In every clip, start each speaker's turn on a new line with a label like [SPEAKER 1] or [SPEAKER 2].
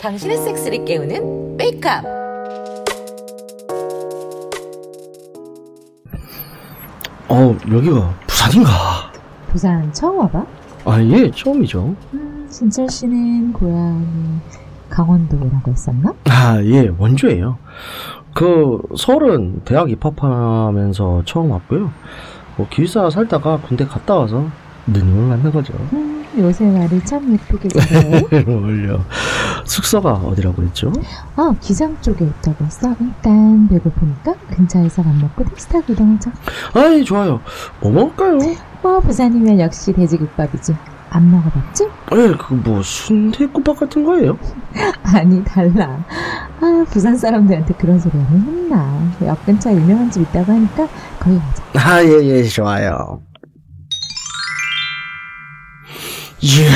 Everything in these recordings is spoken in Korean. [SPEAKER 1] 당신의 섹스를 깨우는 메이크업.
[SPEAKER 2] 어, 여기가 부산인가?
[SPEAKER 3] 부산 처음 와봐?
[SPEAKER 2] 아, 예, 처음이죠.
[SPEAKER 3] 음, 진철 씨는 고향이 강원도라고 했었나?
[SPEAKER 2] 아, 예, 원주예요. 그, 서울은 대학 입학하면서 처음 왔고요. 뭐, 기숙사 살다가 군대 갔다 와서 누님을 만난 거죠.
[SPEAKER 3] 음, 요새 말을 참 예쁘게 잘해.
[SPEAKER 2] 뭘요? 숙소가 어디라고 그랬죠?
[SPEAKER 3] 어, 기장 쪽에 있다고 했어. 일단 배고프니까 근처에서 밥 먹고 택시타 구동하자.
[SPEAKER 2] 아이, 좋아요. 뭐 먹을까요?
[SPEAKER 3] 뭐 부산이면 역시 돼지국밥이지. 안 먹어봤지?
[SPEAKER 2] 예, 그, 뭐, 순대국밥 같은 거예요?
[SPEAKER 3] 아니 달라. 아 부산 사람들한테 그런 소리 하면 혼나. 역 근처에 유명한 집 있다고 하니까 거기 가자.
[SPEAKER 2] 아, 예, 예, 좋아요. 이야,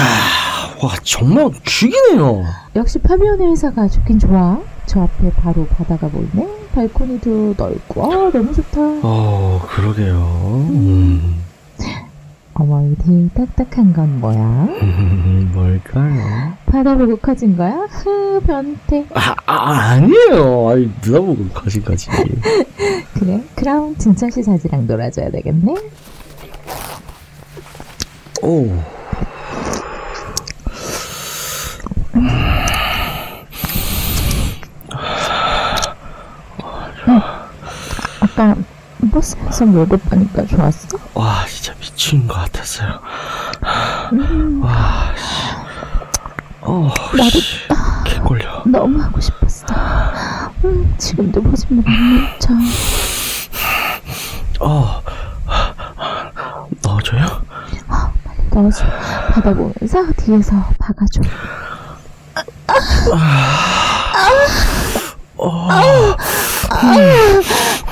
[SPEAKER 2] 와, 정말 죽이네요.
[SPEAKER 3] 역시 파비오네 회사가 좋긴 좋아. 저 앞에 바로 바다가 보이네. 발코니도 넓고 아 너무 좋다.
[SPEAKER 2] 어, 그러게요. 음,
[SPEAKER 3] 어머 이 되게 딱딱한 건 뭐야?
[SPEAKER 2] 음. 뭘까요?
[SPEAKER 3] 바다 보고 커진 거야? 흐 변태.
[SPEAKER 2] 아, 아 아니에요. 아니, 누나 보고 거짓까지.
[SPEAKER 3] 그래 그럼 진철 씨 사지랑 놀아줘야 되겠네.
[SPEAKER 2] 오.
[SPEAKER 3] 아까 버스에서 목욕하니까 좋았어.
[SPEAKER 2] 와, 진짜 미친 것 같았어요.
[SPEAKER 3] 음,
[SPEAKER 2] 와, 씨. 어,
[SPEAKER 3] 나도-
[SPEAKER 2] 씨. 개꼴려.
[SPEAKER 3] 너무 하고 싶었어. 음, 지금도 보지만 못 참.
[SPEAKER 2] 어, 넣어줘요?
[SPEAKER 3] 넣어줘. 받아보면서 뒤에서 박아줘.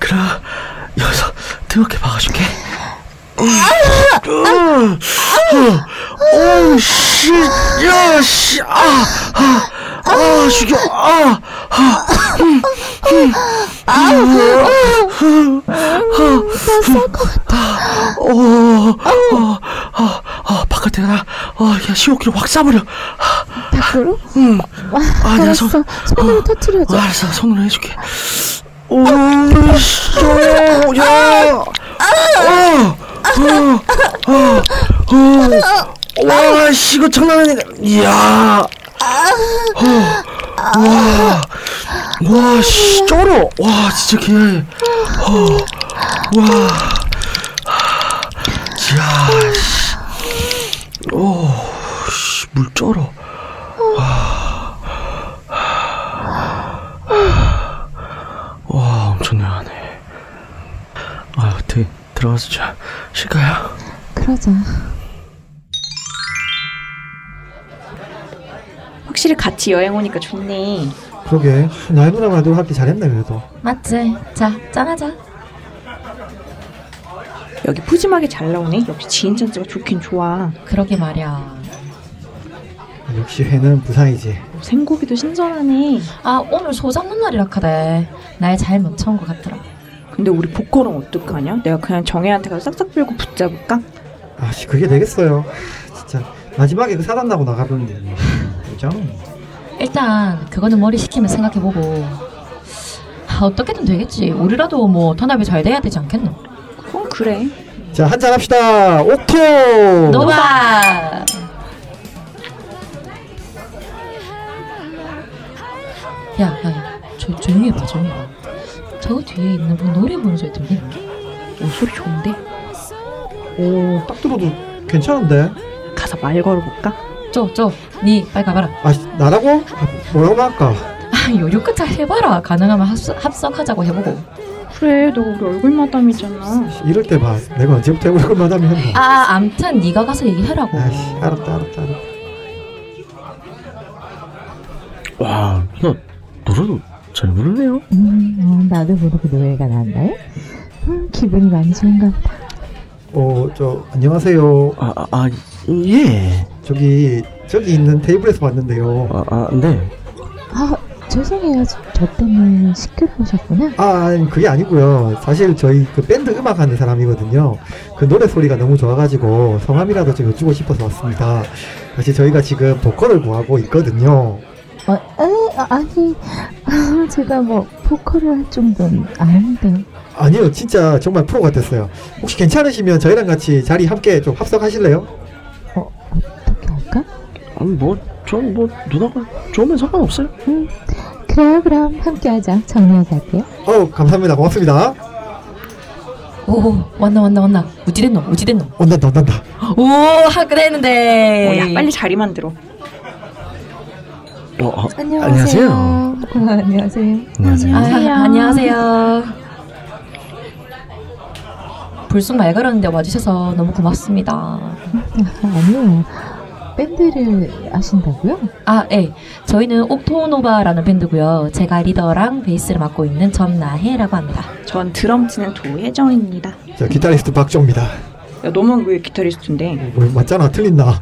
[SPEAKER 2] 그럼 여기서 뜨겁게 박아줄게. 오, 씨, 야, 씨, 아, 아, 아, 죽여, 아, 아, 음, 음, 음, 아, 아, 어, 어, 어, 어, 바깥에 나, 어, 야, 15kg 확 싸버려. 아,
[SPEAKER 3] 밖으로?
[SPEAKER 2] 음,
[SPEAKER 3] 와,
[SPEAKER 2] 아, 내가
[SPEAKER 3] 네, 알았어.
[SPEAKER 2] 손,
[SPEAKER 3] 손으로 터트려줘.
[SPEAKER 2] 어, 알았어, 손으로 해줄게. 오, 씨, 어, 야, 어, 어, 어, 어, 와, 씨, 이거 장난 아니네. 이야, 어, 와, 와, 씨, 쩔어. 와, 진짜 개. 어, 와, 야, 씨. 오, 씨, 물 쩔어. 와 엄청 내하네 아 어떻게 들어가서 자 쉴까요?
[SPEAKER 3] 그러자.
[SPEAKER 4] 확실히 같이 여행 오니까 좋네.
[SPEAKER 5] 그러게 나이 누나 말대로 하기 잘했네 그래도
[SPEAKER 4] 맞지? 자, 짠하자. 여기 푸짐하게 잘 나오네. 역시 지인 찬스가 좋긴 좋아.
[SPEAKER 6] 그러게 말이야.
[SPEAKER 5] 역시 회는 부상이지
[SPEAKER 4] 생고기도 신선하네.
[SPEAKER 6] 아 오늘 소장문 날이라 카대. 날 잘 못 채운 것 같더라.
[SPEAKER 4] 근데 우리 보컬은 어떡하냐? 내가 그냥 정혜한테 가서 싹싹 빌고 붙잡을까?
[SPEAKER 5] 아씨 그게 되겠어요 진짜 마지막에 그 사단 나고 나가던데 그죠?
[SPEAKER 6] 일단 그거는 머리 식히면 생각해보고 아, 어떻게든 되겠지. 우리라도 뭐 탄압이 잘 돼야 되지 않겠노?
[SPEAKER 4] 그건 그래.
[SPEAKER 5] 자 한잔 합시다 옥토
[SPEAKER 6] 노바. 야, 야, 야, 저 조용히 해봐, 조용히 해봐. 저 뒤에 있는 분 노래 부르는 소리 들리나?
[SPEAKER 4] 오, 소리 좋은데?
[SPEAKER 5] 오딱 들어도 괜찮은데
[SPEAKER 4] 가서 말 걸어볼까?
[SPEAKER 6] 저, 저, 니 빨리 가봐라.
[SPEAKER 5] 아 씨, 나라고? 아, 뭐라고 할까?
[SPEAKER 6] 아, 요요 끝을 해봐라. 가능하면 합석, 합석하자고 해보고.
[SPEAKER 4] 그래 너 우리 얼굴 마담이잖아
[SPEAKER 5] 이럴 때 봐. 내가 언제부터 얼굴 마담이었나.
[SPEAKER 6] 아, 암튼 네가 가서 얘기하라고.
[SPEAKER 5] 아이씨, 알았다, 알았다, 알았다.
[SPEAKER 2] 와, 누나, 노래도 잘 부르네요.
[SPEAKER 3] 음, 어, 나도 모르게 노래가 나왔나요? 음, 기분이 많이 좋은가 보다.
[SPEAKER 5] 어, 저, 안녕하세요.
[SPEAKER 2] 아, 아, 아, 예.
[SPEAKER 5] 저기, 저기 있는 테이블에서 왔는데요.
[SPEAKER 2] 아, 아, 네.
[SPEAKER 3] 아, 죄송해요. 저, 저 때문에 시끄러 오셨구나.
[SPEAKER 5] 아, 아니, 그게 아니고요. 사실 저희 그 밴드 음악 하는 사람이거든요. 그 노래 소리가 너무 좋아가지고 성함이라도 좀 여쭈고 싶어서 왔습니다. 사실 저희가 지금 보컬을 구하고 있거든요.
[SPEAKER 3] 어, 에, 아, 아니, 아, 제가 뭐 보컬을 할 정도는 아닌데.
[SPEAKER 5] 아니요, 진짜 정말 프로 같았어요. 혹시 괜찮으시면 저희랑 같이 자리 함께 좀 합석하실래요?
[SPEAKER 3] 어, 어떻게 할까?
[SPEAKER 2] 아니, 뭐, 전 뭐, 누나가 좋으면 상관없어요.
[SPEAKER 3] 그래요, 그럼 함께하자. 정리하자 할게요.
[SPEAKER 5] 어우, 감사합니다. 고맙습니다.
[SPEAKER 6] 오, 왔나 왔나 왔나. 우찌된 놈, 우찌된 놈.
[SPEAKER 5] 온단다, 온단다.
[SPEAKER 6] 오, 하 그랬는데.
[SPEAKER 4] 어, 야 빨리 자리 만들어
[SPEAKER 2] 어, 아,
[SPEAKER 3] 안녕하세요. 아, 안녕하세요.
[SPEAKER 2] 안녕하세요.
[SPEAKER 6] 아, 안녕하세요. 불쑥 말 걸었는데 와주셔서 너무 고맙습니다.
[SPEAKER 3] 아, 아니에요. 밴드를 하신다고요?
[SPEAKER 6] 아, 예. 저희는 옥토노바라는 밴드고요. 제가 리더랑 베이스를 맡고 있는 전나혜라고 합니다.
[SPEAKER 4] 전 드럼 치는 도혜정입니다
[SPEAKER 5] 저 기타리스트 박종입니다.
[SPEAKER 4] 야 너만 왜 기타리스트인데
[SPEAKER 5] 뭐, 맞잖아, 틀린나.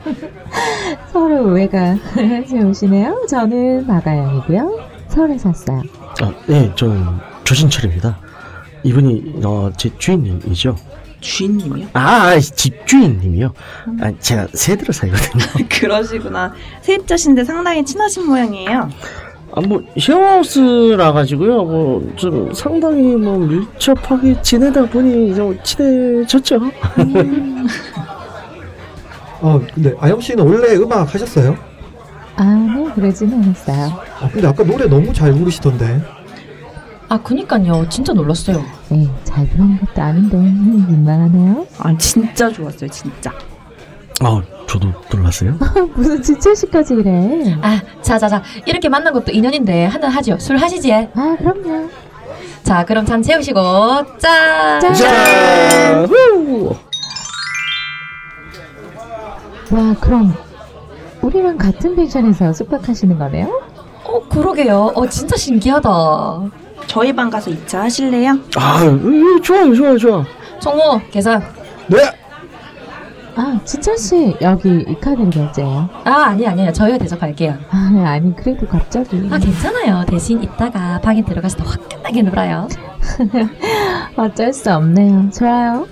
[SPEAKER 3] 서로 오해가 세우시네요. 저는 마가영이고요. 서울에 샀어요.
[SPEAKER 2] 아, 네, 저는 조신철입니다. 이분이, 어, 제 주인님이죠.
[SPEAKER 4] 주인님이요?
[SPEAKER 2] 아, 아, 집주인님이요.
[SPEAKER 3] 음.
[SPEAKER 2] 아, 제가 세대로 살거든요.
[SPEAKER 4] 그러시구나 세입자신데 상당히 친하신 모양이에요
[SPEAKER 2] 아, 뭐, 쉐어하우스라 가지고요. 뭐, 좀 상당히 뭐, 밀접하게 지내다 보니 좀 친해졌죠.
[SPEAKER 5] 어, 근데 아영 씨는 원래 음악 하셨어요?
[SPEAKER 3] 아, 네, 그러진 않았어요.
[SPEAKER 5] 아, 근데 아까 노래 너무 잘 부르시던데.
[SPEAKER 6] 아, 그니까요. 진짜 놀랐어요.
[SPEAKER 3] 네, 잘 부르는 것도 아닌데, 음, 민망하네요.
[SPEAKER 4] 아 진짜 좋았어요 진짜
[SPEAKER 2] 아, 저도 놀랐어요.
[SPEAKER 3] 무슨 지체식까지 그래.
[SPEAKER 6] 아, 자, 자, 자. 이렇게 만난 것도 인연인데, 한잔 하지요. 술 하시지.
[SPEAKER 3] 아, 그럼요.
[SPEAKER 6] 자, 그럼 잔 채우시고, 짠!
[SPEAKER 3] 짠!
[SPEAKER 2] 자, 후!
[SPEAKER 3] 와, 그럼, 우리랑 같은 펜션에서 숙박하시는 거네요?
[SPEAKER 6] 어, 그러게요. 어, 진짜 신기하다.
[SPEAKER 4] 저희 방 가서 2차 하실래요?
[SPEAKER 2] 아, 으, 좋아요, 좋아요, 좋아.
[SPEAKER 6] 정모, 계산.
[SPEAKER 5] 네!
[SPEAKER 3] 아, 지철씨, 여기 이 카드로 결제해요.
[SPEAKER 6] 아, 아니, 아니에요. 저희가 대접할게요.
[SPEAKER 3] 아, 아니, 그래도 갑자기.
[SPEAKER 6] 아, 괜찮아요. 대신 이따가 방에 들어가서 더 화끈하게 놀아요.
[SPEAKER 3] 어쩔 수 없네요. 좋아요.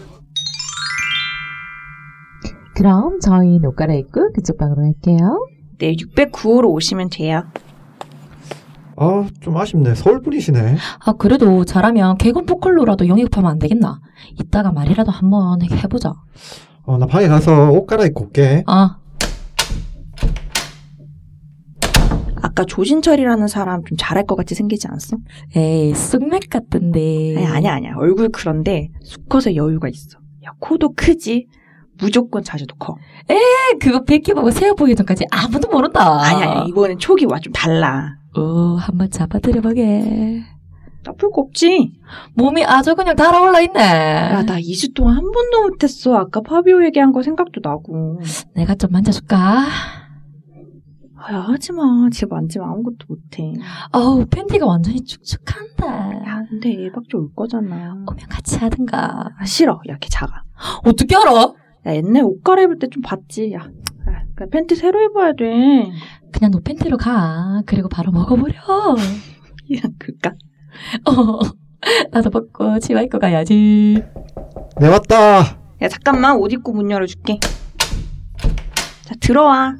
[SPEAKER 3] 그럼 저희 옷 갈아입고 그쪽 방으로 갈게요.
[SPEAKER 4] 네 609호로 오시면 돼요
[SPEAKER 5] 아, 좀 아쉽네. 서울 분이시네.
[SPEAKER 6] 아, 그래도 잘하면 개건 포컬로라도 영입하면 안 되겠나? 이따가 말이라도 한번 해보자.
[SPEAKER 5] 어, 나 방에 가서 옷 갈아입고 올게.
[SPEAKER 6] 아,
[SPEAKER 4] 아까 조신철이라는 사람 좀 잘할 것 같이 생기지 않았어?
[SPEAKER 6] 에이, 쑥맥 같던데.
[SPEAKER 4] 아니 아니야 아니야 얼굴 그런데 수컷의 여유가 있어 야 코도 크지 무조건 자세도 커
[SPEAKER 6] 그거 베끼 보고 새우 보기 전까지 아무도 모른다.
[SPEAKER 4] 아니야 아니야 이번엔 촉이 와 좀 달라
[SPEAKER 6] 오, 한번 잡아드려보게.
[SPEAKER 4] 나쁠 거 없지
[SPEAKER 6] 몸이 아주 그냥 달아올라 있네.
[SPEAKER 4] 야 나 2주 동안 한 번도 못했어 아까 파비오 얘기한 거 생각도 나고
[SPEAKER 6] 내가 좀 만져줄까?
[SPEAKER 4] 아, 야 하지마 쟤 만지면 아무것도 못해
[SPEAKER 6] 어우, 팬티가 완전히 축축한데.
[SPEAKER 4] 야 근데 애박자 올 거잖아
[SPEAKER 6] 오면 같이 하든가.
[SPEAKER 4] 아 싫어 야 걔 작아
[SPEAKER 6] 어떻게 알아?
[SPEAKER 4] 야 옛날 옷 갈아입을 때 좀 봤지 야 야, 그냥 팬티 새로 입어야 돼
[SPEAKER 6] 그냥 너 팬티로 가. 그리고 바로 먹어버려.
[SPEAKER 4] 이랑 그까
[SPEAKER 6] 어, 나도 먹고 치마 입고 가야지.
[SPEAKER 5] 네, 왔다!
[SPEAKER 4] 야 잠깐만 옷 입고 문 열어줄게 자 들어와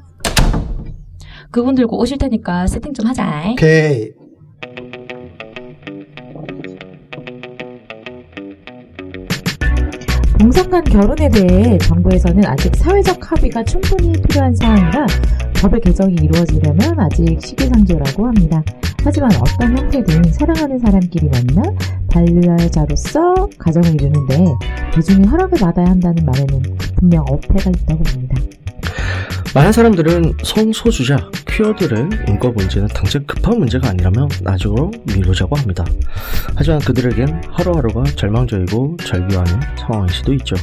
[SPEAKER 6] 그분 들고 오실 테니까 세팅 좀 하자.
[SPEAKER 5] 오케이.
[SPEAKER 3] 동성간 결혼에 대해 정부에서는 아직 사회적 합의가 충분히 필요한 사항이라 법의 개정이 이루어지려면 아직 시기상조라고 합니다. 하지만 어떤 형태든 사랑하는 사람끼리 만나 반려자로서 가정을 이루는데 대중의 허락을 받아야 한다는 말에는 분명 어폐가 있다고 봅니다.
[SPEAKER 2] 많은 사람들은 성소수자, 퀴어들의 인권 문제는 당장 급한 문제가 아니라며 나중으로 미루자고 합니다. 하지만 그들에겐 하루하루가 절망적이고 절규하는 상황일 수도 있죠.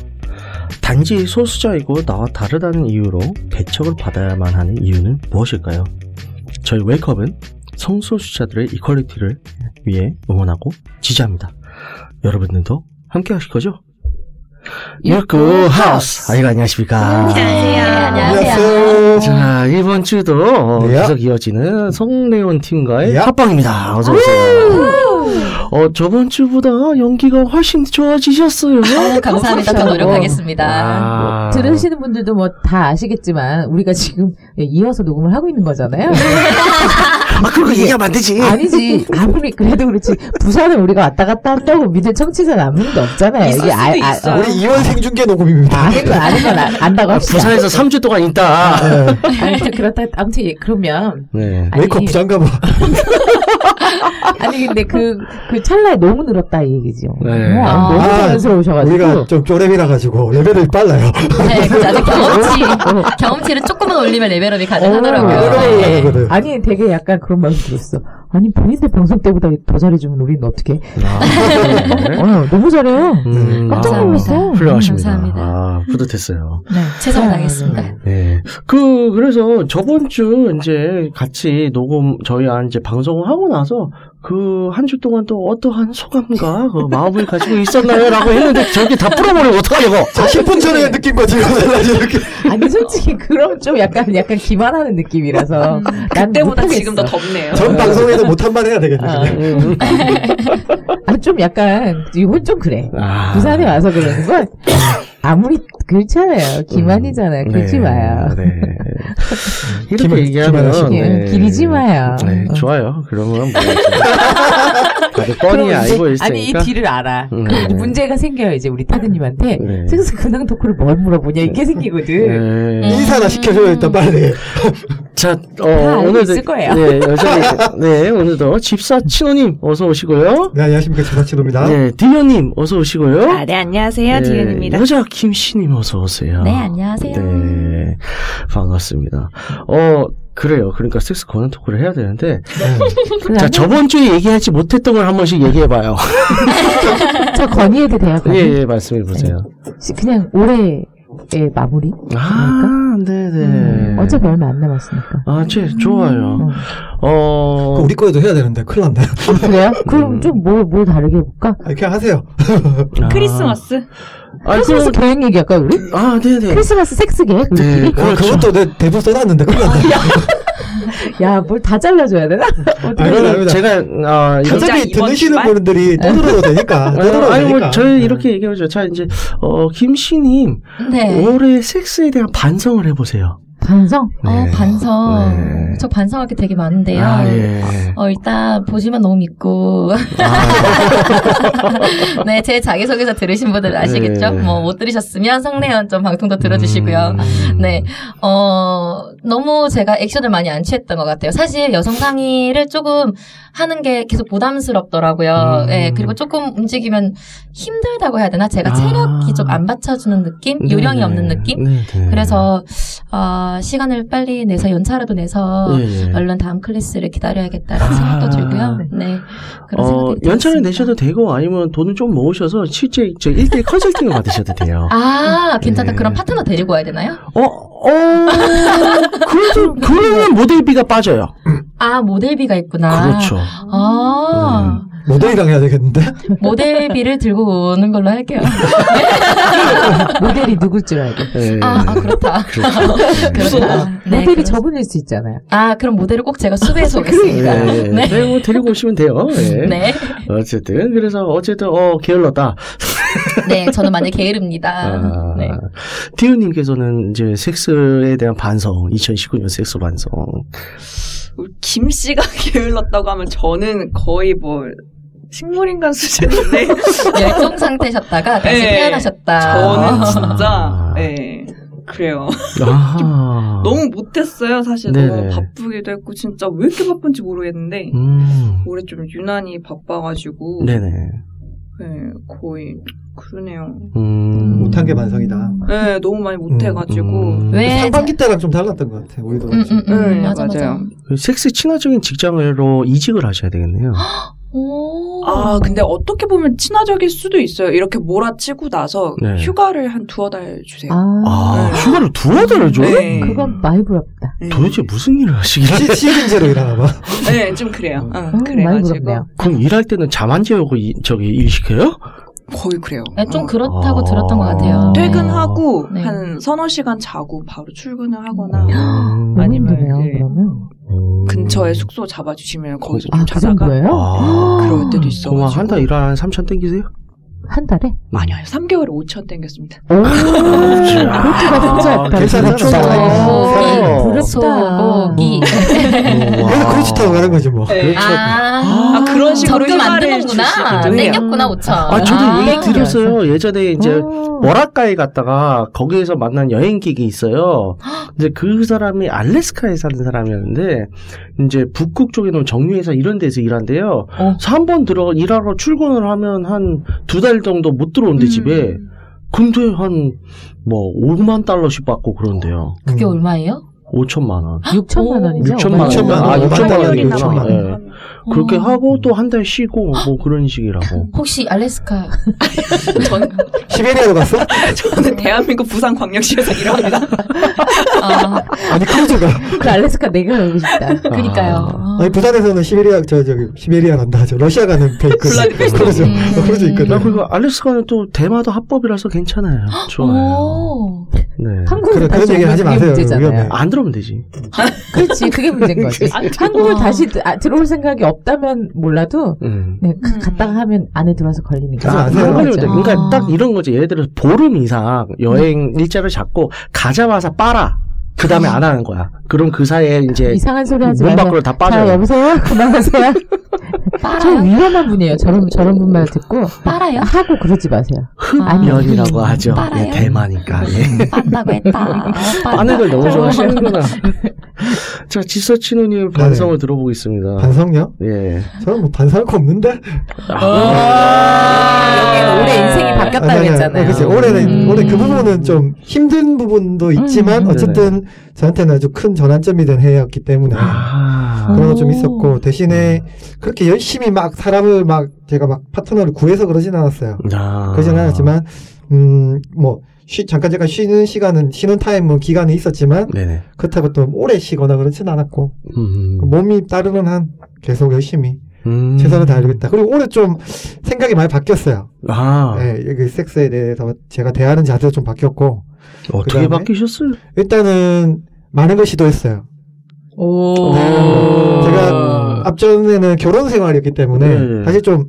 [SPEAKER 2] 단지 소수자이고 나와 다르다는 이유로 배척을 받아야만 하는 이유는 무엇일까요? 저희 웨이크업은 성소수자들의 이퀄리티를 위해 응원하고 지지합니다. 여러분들도 함께 하실 거죠? 유쿠 하우스! 아이고, 안녕하십니까.
[SPEAKER 6] 안녕하세요.
[SPEAKER 5] 안녕하세요.
[SPEAKER 2] 자, 이번 주도
[SPEAKER 5] 네.
[SPEAKER 2] 계속 이어지는 성내원 팀과의
[SPEAKER 5] 네.
[SPEAKER 2] 합방입니다. 어서 오세요. 어, 저번 주보다 연기가 훨씬 좋아지셨어요.
[SPEAKER 6] 어, 감사합니다. 더 노력하겠습니다.
[SPEAKER 2] 아.
[SPEAKER 3] 들으시는 분들도 뭐 다 아시겠지만 우리가 지금 이어서 녹음을 하고 있는 거잖아요.
[SPEAKER 6] 네.
[SPEAKER 2] 아, 그거 얘기하면 안
[SPEAKER 4] 예.
[SPEAKER 2] 되지.
[SPEAKER 3] 아니지. 아무리 그래도 그렇지. 부산에 우리가 왔다 갔다 한다고 믿을 청취자 남는도 없잖아요.
[SPEAKER 4] 있을
[SPEAKER 3] 이게 아,
[SPEAKER 4] 수도 있어요.
[SPEAKER 3] 아,
[SPEAKER 5] 우리 이원 생중계 녹음입니다.
[SPEAKER 3] 아는 건 아는 건 아- 안다고
[SPEAKER 2] 아,
[SPEAKER 3] 합시다.
[SPEAKER 2] 부산에서 3주 동안 있다.
[SPEAKER 5] 네.
[SPEAKER 3] 아무튼 그렇다. 아무튼 예, 그러면
[SPEAKER 2] 네.
[SPEAKER 3] 아니,
[SPEAKER 5] 메이크업 부장가 봐.
[SPEAKER 3] 아니 근데 그 그 찰나에 너무 늘었다 이 얘기죠.
[SPEAKER 2] 네.
[SPEAKER 3] 어,
[SPEAKER 6] 아.
[SPEAKER 3] 너무 자연스러우셔가지고.
[SPEAKER 5] 우리가 좀 쪼렙이라 가지고 레벨이 빨라요.
[SPEAKER 6] 네, 그래서 아직 경험치, 경험치를 조금만 올리면 레벨업이
[SPEAKER 2] 아.
[SPEAKER 5] 레벨업이
[SPEAKER 6] 가능하더라고요. 네.
[SPEAKER 5] 가능하거든.
[SPEAKER 3] 아니 되게 약간 그런 마음이 들었어. 아니 본인들 방송 때보다 더 잘해주면 우리는 어떻게?
[SPEAKER 2] 아,
[SPEAKER 3] 어,
[SPEAKER 2] 네.
[SPEAKER 3] 너무 잘해요.
[SPEAKER 2] 음,
[SPEAKER 3] 깜짝
[SPEAKER 2] 아,
[SPEAKER 3] 놀랐어.
[SPEAKER 2] 훌륭하십니다.
[SPEAKER 6] 감사합니다.
[SPEAKER 2] 아, 뿌듯했어요.
[SPEAKER 6] 네, 최선 다하겠습니다.
[SPEAKER 2] 네. 그, 그래서 저번 주 이제 같이 녹음, 저희와 이제 방송을 하고 나서 그 한 주 동안 또 어떠한 소감과 그 마음을 가지고 있었나요? 라고 했는데 저게 다 풀어버리면 어떡하려고!
[SPEAKER 5] 10분 전에 느낀 거지. 이렇게.
[SPEAKER 3] 아니 솔직히 그럼 좀 약간 약간 기만하는 느낌이라서 난
[SPEAKER 4] 음, 그때보다
[SPEAKER 3] 못하겠어.
[SPEAKER 4] 지금 더 덥네요.
[SPEAKER 5] 전
[SPEAKER 2] 아.
[SPEAKER 5] 방송에서 못한 말 해야 되겠네.
[SPEAKER 3] 아,
[SPEAKER 5] 그냥.
[SPEAKER 3] 아, 좀 약간 이건 좀 그래.
[SPEAKER 2] 아.
[SPEAKER 3] 부산에 와서 그러는 건 아무리 그렇잖아요. 기만이잖아요. 그러지
[SPEAKER 2] 네,
[SPEAKER 3] 마요.
[SPEAKER 2] 네. 이렇게
[SPEAKER 5] 기만-
[SPEAKER 2] 얘기하면.
[SPEAKER 5] 기만하시고.
[SPEAKER 2] 네.
[SPEAKER 3] 길이지 예, 마요.
[SPEAKER 2] 네,
[SPEAKER 3] 어.
[SPEAKER 2] 좋아요. 그러면 뭐. 이제 다들 뻔히
[SPEAKER 3] 그럼 이제-
[SPEAKER 2] 알고 있으니까.
[SPEAKER 3] 아니 이 뒤를 알아.
[SPEAKER 2] 음.
[SPEAKER 3] 그럼 문제가 생겨요 이제 우리 타드님한테.
[SPEAKER 2] 네.
[SPEAKER 3] 그래서 근황 토크를 뭘 물어보냐 이게 생기거든.
[SPEAKER 2] 네.
[SPEAKER 6] 아.
[SPEAKER 5] 인사나 시켜줘요, 일단 빨리.
[SPEAKER 2] 자, 어,
[SPEAKER 3] 알고
[SPEAKER 2] 오늘도
[SPEAKER 3] 있을 거예요.
[SPEAKER 2] 네, 여전히 네, 오늘도 집사 친호님 어서 오시고요.
[SPEAKER 5] 네, 안녕하십니까. 제사치도입니다.
[SPEAKER 2] 네, 디오님 어서 오시고요.
[SPEAKER 4] 아, 네, 안녕하세요.
[SPEAKER 2] 네,
[SPEAKER 4] 디은입니다.
[SPEAKER 2] 여자 김씨님 어서 오세요.
[SPEAKER 6] 네, 안녕하세요.
[SPEAKER 2] 네, 반갑습니다. 어, 그래요. 그러니까 섹스 권한 토크를 해야 되는데
[SPEAKER 5] 네.
[SPEAKER 2] 자, 저번 주에 얘기하지 못했던 걸 한 번씩 얘기해봐요.
[SPEAKER 3] 저 건의해도 돼요. 건의?
[SPEAKER 2] 예, 예, 말씀해 보세요.
[SPEAKER 3] 혹시 그냥 올해의 마무리. 음.
[SPEAKER 2] 아, 네, 네.
[SPEAKER 3] 어차피 얼마 안 남았으니까.
[SPEAKER 2] 아, 제 좋아요. 어,
[SPEAKER 5] 그거 우리 거에도 해야 되는데, 큰일 났네.
[SPEAKER 3] 아, 그래요? 그럼
[SPEAKER 2] 음.
[SPEAKER 3] 좀 뭘 뭘 다르게 해볼까?
[SPEAKER 5] 아, 그냥 하세요.
[SPEAKER 2] 아.
[SPEAKER 4] 그 크리스마스.
[SPEAKER 2] 아,
[SPEAKER 3] 크리스마스
[SPEAKER 2] 그럼-
[SPEAKER 3] 계획 얘기할까요 우리?
[SPEAKER 2] 아, 네, 네.
[SPEAKER 3] 크리스마스 섹스 계획? 우리끼리?
[SPEAKER 2] 네,
[SPEAKER 5] 아,
[SPEAKER 2] 그렇죠.
[SPEAKER 5] 그것도 내 대본 써놨는데, 큰일
[SPEAKER 6] 아,
[SPEAKER 5] 났네.
[SPEAKER 3] 야, 뭘 다 잘라줘야 되나?
[SPEAKER 5] 아,
[SPEAKER 2] 이거는
[SPEAKER 5] 그렇습니다.
[SPEAKER 2] 제가 아, 이거-
[SPEAKER 4] 진짜
[SPEAKER 5] 어차피
[SPEAKER 4] 이번
[SPEAKER 5] 들으시는
[SPEAKER 4] 주말?
[SPEAKER 5] 분들이 또 들어도 되니까. 또 들어도
[SPEAKER 2] 아, 아니
[SPEAKER 5] 되니까.
[SPEAKER 2] 뭐 저희 이렇게 얘기하죠. 자 이제 어 김씨님
[SPEAKER 6] 네.
[SPEAKER 2] 올해 섹스에 대한 반성을 해보세요.
[SPEAKER 3] 반성?
[SPEAKER 6] 어,
[SPEAKER 2] 네.
[SPEAKER 6] 반성.
[SPEAKER 2] 네.
[SPEAKER 6] 저 반성할 게 되게 많은데요.
[SPEAKER 2] 아 예.
[SPEAKER 6] 어, 일단, 보시면 너무 믿고. 네, 제 자기소개서 들으신 분들 아시겠죠?
[SPEAKER 2] 아. 네.
[SPEAKER 6] 뭐, 못 들으셨으면 성내연 좀 방송도 들어주시고요.
[SPEAKER 2] 음.
[SPEAKER 6] 네, 어, 너무 제가 액션을 많이 안 취했던 것 같아요. 사실 여성 상의를 조금 하는 게 계속 부담스럽더라고요.
[SPEAKER 2] 음.
[SPEAKER 6] 예, 그리고 조금 움직이면 힘들다고 해야 되나? 제가
[SPEAKER 2] 아.
[SPEAKER 6] 체력이 좀 안 받쳐주는 느낌? 요령이
[SPEAKER 2] 네네.
[SPEAKER 6] 없는 느낌?
[SPEAKER 2] 네네.
[SPEAKER 6] 그래서, 아, 시간을 빨리 내서 연차라도 내서
[SPEAKER 2] 예, 예.
[SPEAKER 6] 얼른 다음 클래스를 기다려야겠다는
[SPEAKER 2] 아.
[SPEAKER 6] 생각도 들고요. 네. 그런
[SPEAKER 2] 어,
[SPEAKER 6] 생각이
[SPEAKER 2] 연차를
[SPEAKER 6] 들었습니다.
[SPEAKER 2] 내셔도 되고 아니면 돈을 좀 모으셔서 실제 저 1대1 컨설팅을 받으셔도 돼요.
[SPEAKER 6] 아, 괜찮다.
[SPEAKER 2] 네.
[SPEAKER 6] 그럼 파트너 데리고 와야 되나요?
[SPEAKER 2] 어, 어, 그래도 그러면 모델비가 빠져요.
[SPEAKER 6] 아, 모델비가 있구나.
[SPEAKER 2] 그렇죠.
[SPEAKER 6] 아.
[SPEAKER 2] 네.
[SPEAKER 5] 음. 모델이랑 해야 되겠는데?
[SPEAKER 6] 모델비를 들고 오는 걸로 할게요.
[SPEAKER 2] 네.
[SPEAKER 3] 모델이 누굴 줄 알고.
[SPEAKER 2] 예.
[SPEAKER 6] 아, 아, 그렇다.
[SPEAKER 2] 그렇죠. 네.
[SPEAKER 6] 그렇다. 네,
[SPEAKER 3] 모델이
[SPEAKER 6] 그렇-
[SPEAKER 3] 저분일 수 있잖아요.
[SPEAKER 6] 아, 그럼 모델을 꼭 제가 수배해서 오겠습니다.
[SPEAKER 2] 예, 예.
[SPEAKER 6] 네.
[SPEAKER 2] 네, 뭐 데리고 오시면 돼요. 예.
[SPEAKER 6] 네.
[SPEAKER 2] 어쨌든 그래서 어쨌든 어 게을렀다.
[SPEAKER 6] 네, 저는 만약 게으릅니다.
[SPEAKER 2] 아,
[SPEAKER 6] 네.
[SPEAKER 2] 디우님께서는 이제 섹스에 대한 반성, 2019년 섹스 반성.
[SPEAKER 4] 김 씨가 게을렀다고 하면 저는 거의 뭐 식물인간 수준인데
[SPEAKER 6] 열정 상태셨다가 다시
[SPEAKER 4] 네.
[SPEAKER 6] 태어나셨다.
[SPEAKER 4] 저는
[SPEAKER 2] 아.
[SPEAKER 4] 진짜 예 그래요.
[SPEAKER 2] 아,
[SPEAKER 4] 너무 못했어요 사실
[SPEAKER 2] 네네.
[SPEAKER 4] 너무 바쁘기도 했고 진짜 왜 이렇게 바쁜지 모르겠는데
[SPEAKER 2] 음, 네.
[SPEAKER 4] 올해 좀 유난히 바빠가지고
[SPEAKER 2] 네네.
[SPEAKER 4] 예, 거의 그러네요.
[SPEAKER 2] 음.
[SPEAKER 5] 못한 게 반성이다.
[SPEAKER 4] 네, 너무 많이 못해가지고.
[SPEAKER 2] 음.
[SPEAKER 6] 왜 네,
[SPEAKER 5] 상반기 때랑 좀 달랐던 것 같아. 우리도
[SPEAKER 6] 음, 음, 음,
[SPEAKER 4] 네,
[SPEAKER 6] 맞아, 맞아.
[SPEAKER 4] 맞아요.
[SPEAKER 2] 섹스 친화적인 직장으로 이직을 하셔야 되겠네요.
[SPEAKER 6] 오.
[SPEAKER 4] 아, 근데 어떻게 보면 친화적일 수도 있어요. 이렇게 몰아치고 나서
[SPEAKER 2] 네.
[SPEAKER 4] 휴가를 한 두어 달 주세요.
[SPEAKER 3] 아,
[SPEAKER 2] 아,
[SPEAKER 4] 네.
[SPEAKER 2] 휴가를 두어 달을 줘요?
[SPEAKER 4] 네.
[SPEAKER 3] 그건 많이 부럽다.
[SPEAKER 4] 네.
[SPEAKER 2] 도대체 뭐? 무슨 일을 하시길래?
[SPEAKER 5] 시- 시금제로 일하나 봐.
[SPEAKER 4] 네, 좀 그래요. 어,
[SPEAKER 3] 음, 많이
[SPEAKER 4] 그래가지고.
[SPEAKER 3] 부럽네요.
[SPEAKER 2] 그럼 일할 때는 잠 안 재우고 이- 저기 일 시켜요?
[SPEAKER 4] 거의 그래요.
[SPEAKER 3] 예,
[SPEAKER 6] 네, 좀
[SPEAKER 4] 어.
[SPEAKER 6] 그렇다고
[SPEAKER 2] 아.
[SPEAKER 6] 들었던 것 같아요.
[SPEAKER 3] 어,
[SPEAKER 4] 퇴근하고
[SPEAKER 6] 네.
[SPEAKER 4] 한 서너 시간 자고 바로 출근을 하거나
[SPEAKER 3] 너무
[SPEAKER 4] 아, 아니면
[SPEAKER 3] 힘드네요,
[SPEAKER 4] 이제
[SPEAKER 3] 그러면.
[SPEAKER 2] 음.
[SPEAKER 4] 근처에 숙소 잡아주시면 거기서 좀
[SPEAKER 3] 아, 그
[SPEAKER 4] 자다가
[SPEAKER 3] 정도예요?
[SPEAKER 2] 아.
[SPEAKER 4] 그럴 때도 있어.
[SPEAKER 2] 그럼 한달 일한 3천 땡기세요?
[SPEAKER 3] 한 달에?
[SPEAKER 2] 아니요.
[SPEAKER 4] 3개월에 5천 땡겼습니다.
[SPEAKER 3] 오, 그렇게가
[SPEAKER 2] 아,
[SPEAKER 3] 혼자였다.
[SPEAKER 2] 괜찮아.
[SPEAKER 6] 어.
[SPEAKER 5] 괜찮아.
[SPEAKER 3] 어, 부럽다.
[SPEAKER 6] 소고기.
[SPEAKER 5] 그러니까 그래서 그렇지 타고 가는 거지 뭐.
[SPEAKER 4] 네.
[SPEAKER 6] 아,
[SPEAKER 4] 아, 그런 식으로
[SPEAKER 6] 적금 안
[SPEAKER 4] 휴가를
[SPEAKER 6] 드는구나.
[SPEAKER 4] 주시기도 해요.
[SPEAKER 6] 땡겼구나, 5천.
[SPEAKER 2] 아, 저도 얘기
[SPEAKER 6] 그-
[SPEAKER 2] 들었어요. 예전에 이제 뭐?
[SPEAKER 3] 오.
[SPEAKER 2] 월화가에 갔다가 거기에서 만난 여행객이 있어요. 근데 그 사람이 알래스카에 사는 사람이었는데 이제 북극 쪽에 놓은 정유회사 이런 데서 일한대요.
[SPEAKER 6] 어.
[SPEAKER 2] 그래서 한번 들어 일하러 출근을 하면 한 두 달 정도 못 들어온대
[SPEAKER 4] 음.
[SPEAKER 2] 집에. 근데 한 뭐 5만 달러씩 받고 그런데요.
[SPEAKER 6] 그게
[SPEAKER 5] 음.
[SPEAKER 6] 얼마예요?
[SPEAKER 2] 5천만 원.
[SPEAKER 3] 6천만 원이죠?
[SPEAKER 2] 6천만 원.
[SPEAKER 5] 6천만 원.
[SPEAKER 2] 아, 6천만
[SPEAKER 5] 월요일이나
[SPEAKER 2] 원이구나.
[SPEAKER 5] 월요일이나
[SPEAKER 2] 예.
[SPEAKER 5] 월요일.
[SPEAKER 2] 그렇게
[SPEAKER 6] 어.
[SPEAKER 2] 하고 또 한 달 쉬고 뭐 그런 식이라고.
[SPEAKER 6] 혹시 알래스카
[SPEAKER 4] 저는,
[SPEAKER 5] 시베리아로 갔어?
[SPEAKER 4] 저는 대한민국 부산광역시에서 일합니다.
[SPEAKER 6] 아,
[SPEAKER 5] 아니 크루즈가.
[SPEAKER 3] 그 알래스카 내가 가고 싶다.
[SPEAKER 6] 그니까요. 아.
[SPEAKER 5] 아니 부산에서는 시베리아 저 저기 시베리아란다. 저 러시아 가는 배 있거든. 크루즈.
[SPEAKER 6] 음.
[SPEAKER 5] 크루즈
[SPEAKER 2] 나
[SPEAKER 5] 있거든.
[SPEAKER 2] 네, 그리고 알래스카는 또 대마도 합법이라서 괜찮아요. 좋아요.
[SPEAKER 6] 오.
[SPEAKER 2] 네.
[SPEAKER 3] 한국을
[SPEAKER 5] 그런-
[SPEAKER 3] 다시
[SPEAKER 5] 그런 얘기
[SPEAKER 3] 오면
[SPEAKER 5] 하지
[SPEAKER 3] 그게
[SPEAKER 5] 마세요.
[SPEAKER 3] 문제잖아요.
[SPEAKER 5] 위험해.
[SPEAKER 2] 안 들으면 되지.
[SPEAKER 3] 그렇지, 그게 문제인 거지. 한국을
[SPEAKER 6] 아.
[SPEAKER 3] 다시 드- 아, 들어올 생각이 없다면 몰라도
[SPEAKER 2] 음.
[SPEAKER 3] 네, 가-
[SPEAKER 4] 음.
[SPEAKER 3] 갔다가 하면 안에 들어와서 걸리니까.
[SPEAKER 5] 아,
[SPEAKER 2] 안
[SPEAKER 5] 맞아요.
[SPEAKER 2] 걸리면
[SPEAKER 3] 맞아.
[SPEAKER 2] 돼.
[SPEAKER 6] 아.
[SPEAKER 2] 그러니까 딱 이런 거지. 예를 들어서 보름 이상 여행 일자를 잡고 가자마자 빨아. 그 다음에 안 하는 거야. 그럼 그 사이에 이제
[SPEAKER 3] 이상한 소리 하지
[SPEAKER 2] 문
[SPEAKER 3] 말고.
[SPEAKER 2] 밖으로 다
[SPEAKER 3] 자,
[SPEAKER 2] 빠져요.
[SPEAKER 3] 여보세요? 그만하세요. 저
[SPEAKER 6] 빨아요?
[SPEAKER 3] 위험한 분이에요. 저런, 저런 분만 듣고.
[SPEAKER 6] 빨아요?
[SPEAKER 3] 하고 그러지 마세요. 아니요.
[SPEAKER 2] 흡연이라고 하죠.
[SPEAKER 6] 빨아요? 아, 네.
[SPEAKER 2] 예, 대마니까. 예.
[SPEAKER 6] 빤다고 했다.
[SPEAKER 2] 빠는 걸 너무 좋아하시는구나. 자, 지서친우님 반성을 들어보겠습니다.
[SPEAKER 5] 반성요?
[SPEAKER 2] 예.
[SPEAKER 5] 저는 뭐 반성할 거 없는데.
[SPEAKER 3] 여기 올해 인생이 바뀌었다고
[SPEAKER 5] 아니, 아니, 아니,
[SPEAKER 3] 했잖아요.
[SPEAKER 5] 그치. 올해는
[SPEAKER 6] 음.
[SPEAKER 5] 올해 그 부분은 좀 힘든 부분도 있지만
[SPEAKER 2] 음.
[SPEAKER 5] 어쨌든 저한테는 아주 큰 전환점이 된 해였기 때문에
[SPEAKER 2] 아. 음.
[SPEAKER 5] 그런 거
[SPEAKER 6] 오.
[SPEAKER 5] 좀 있었고 대신에 그렇게 열심히 막 사람을 막 제가 막 파트너를 구해서 그러진 않았어요.
[SPEAKER 2] 아.
[SPEAKER 5] 그러진 않았지만 음뭐 잠깐 잠깐 쉬는 시간은 쉬는 타임 뭐 기간이 있었지만
[SPEAKER 2] 네네.
[SPEAKER 5] 그렇다고 또 오래 쉬거나 그렇진 않았고
[SPEAKER 2] 음.
[SPEAKER 5] 몸이 따르는 한 계속 열심히
[SPEAKER 2] 음.
[SPEAKER 5] 뭐 최선을 다하겠다. 그리고 올해 좀 생각이 많이 바뀌었어요.
[SPEAKER 2] 아.
[SPEAKER 5] 네, 여기 섹스에 대해서 제가 대하는 자세도 좀 바뀌었고
[SPEAKER 2] 어떻게
[SPEAKER 5] 그다음에?
[SPEAKER 2] 바뀌셨어요?
[SPEAKER 5] 일단은 많은 걸 시도했어요.
[SPEAKER 6] 오.
[SPEAKER 5] 네. 제가 앞전에는 결혼 생활이었기 때문에
[SPEAKER 2] 네.
[SPEAKER 5] 사실 좀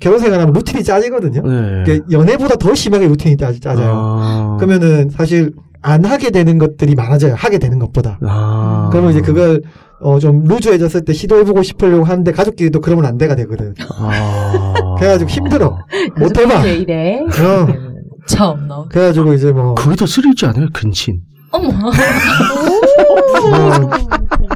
[SPEAKER 5] 결혼 생활하면 루틴이 짜지거든요.
[SPEAKER 2] 네.
[SPEAKER 5] 그러니까 연애보다 더 심하게 루틴이 짜, 짜져요.
[SPEAKER 2] 아.
[SPEAKER 5] 그러면은 사실 안 하게 되는 것들이 많아져요. 하게 되는 것보다.
[SPEAKER 2] 아.
[SPEAKER 5] 그러면 이제 그걸 어, 좀 루즈해졌을 때 시도해보고 싶으려고 하는데 가족끼리도 그러면 안 돼가 되거든.
[SPEAKER 2] 아.
[SPEAKER 5] 그래가지고 힘들어. 못해봐.
[SPEAKER 3] 왜 이래?
[SPEAKER 5] 어.
[SPEAKER 6] 참, 너.
[SPEAKER 5] 그래가지고 이제 뭐
[SPEAKER 2] 그게 더 쓰리지 않아요? 근친.
[SPEAKER 6] 어머.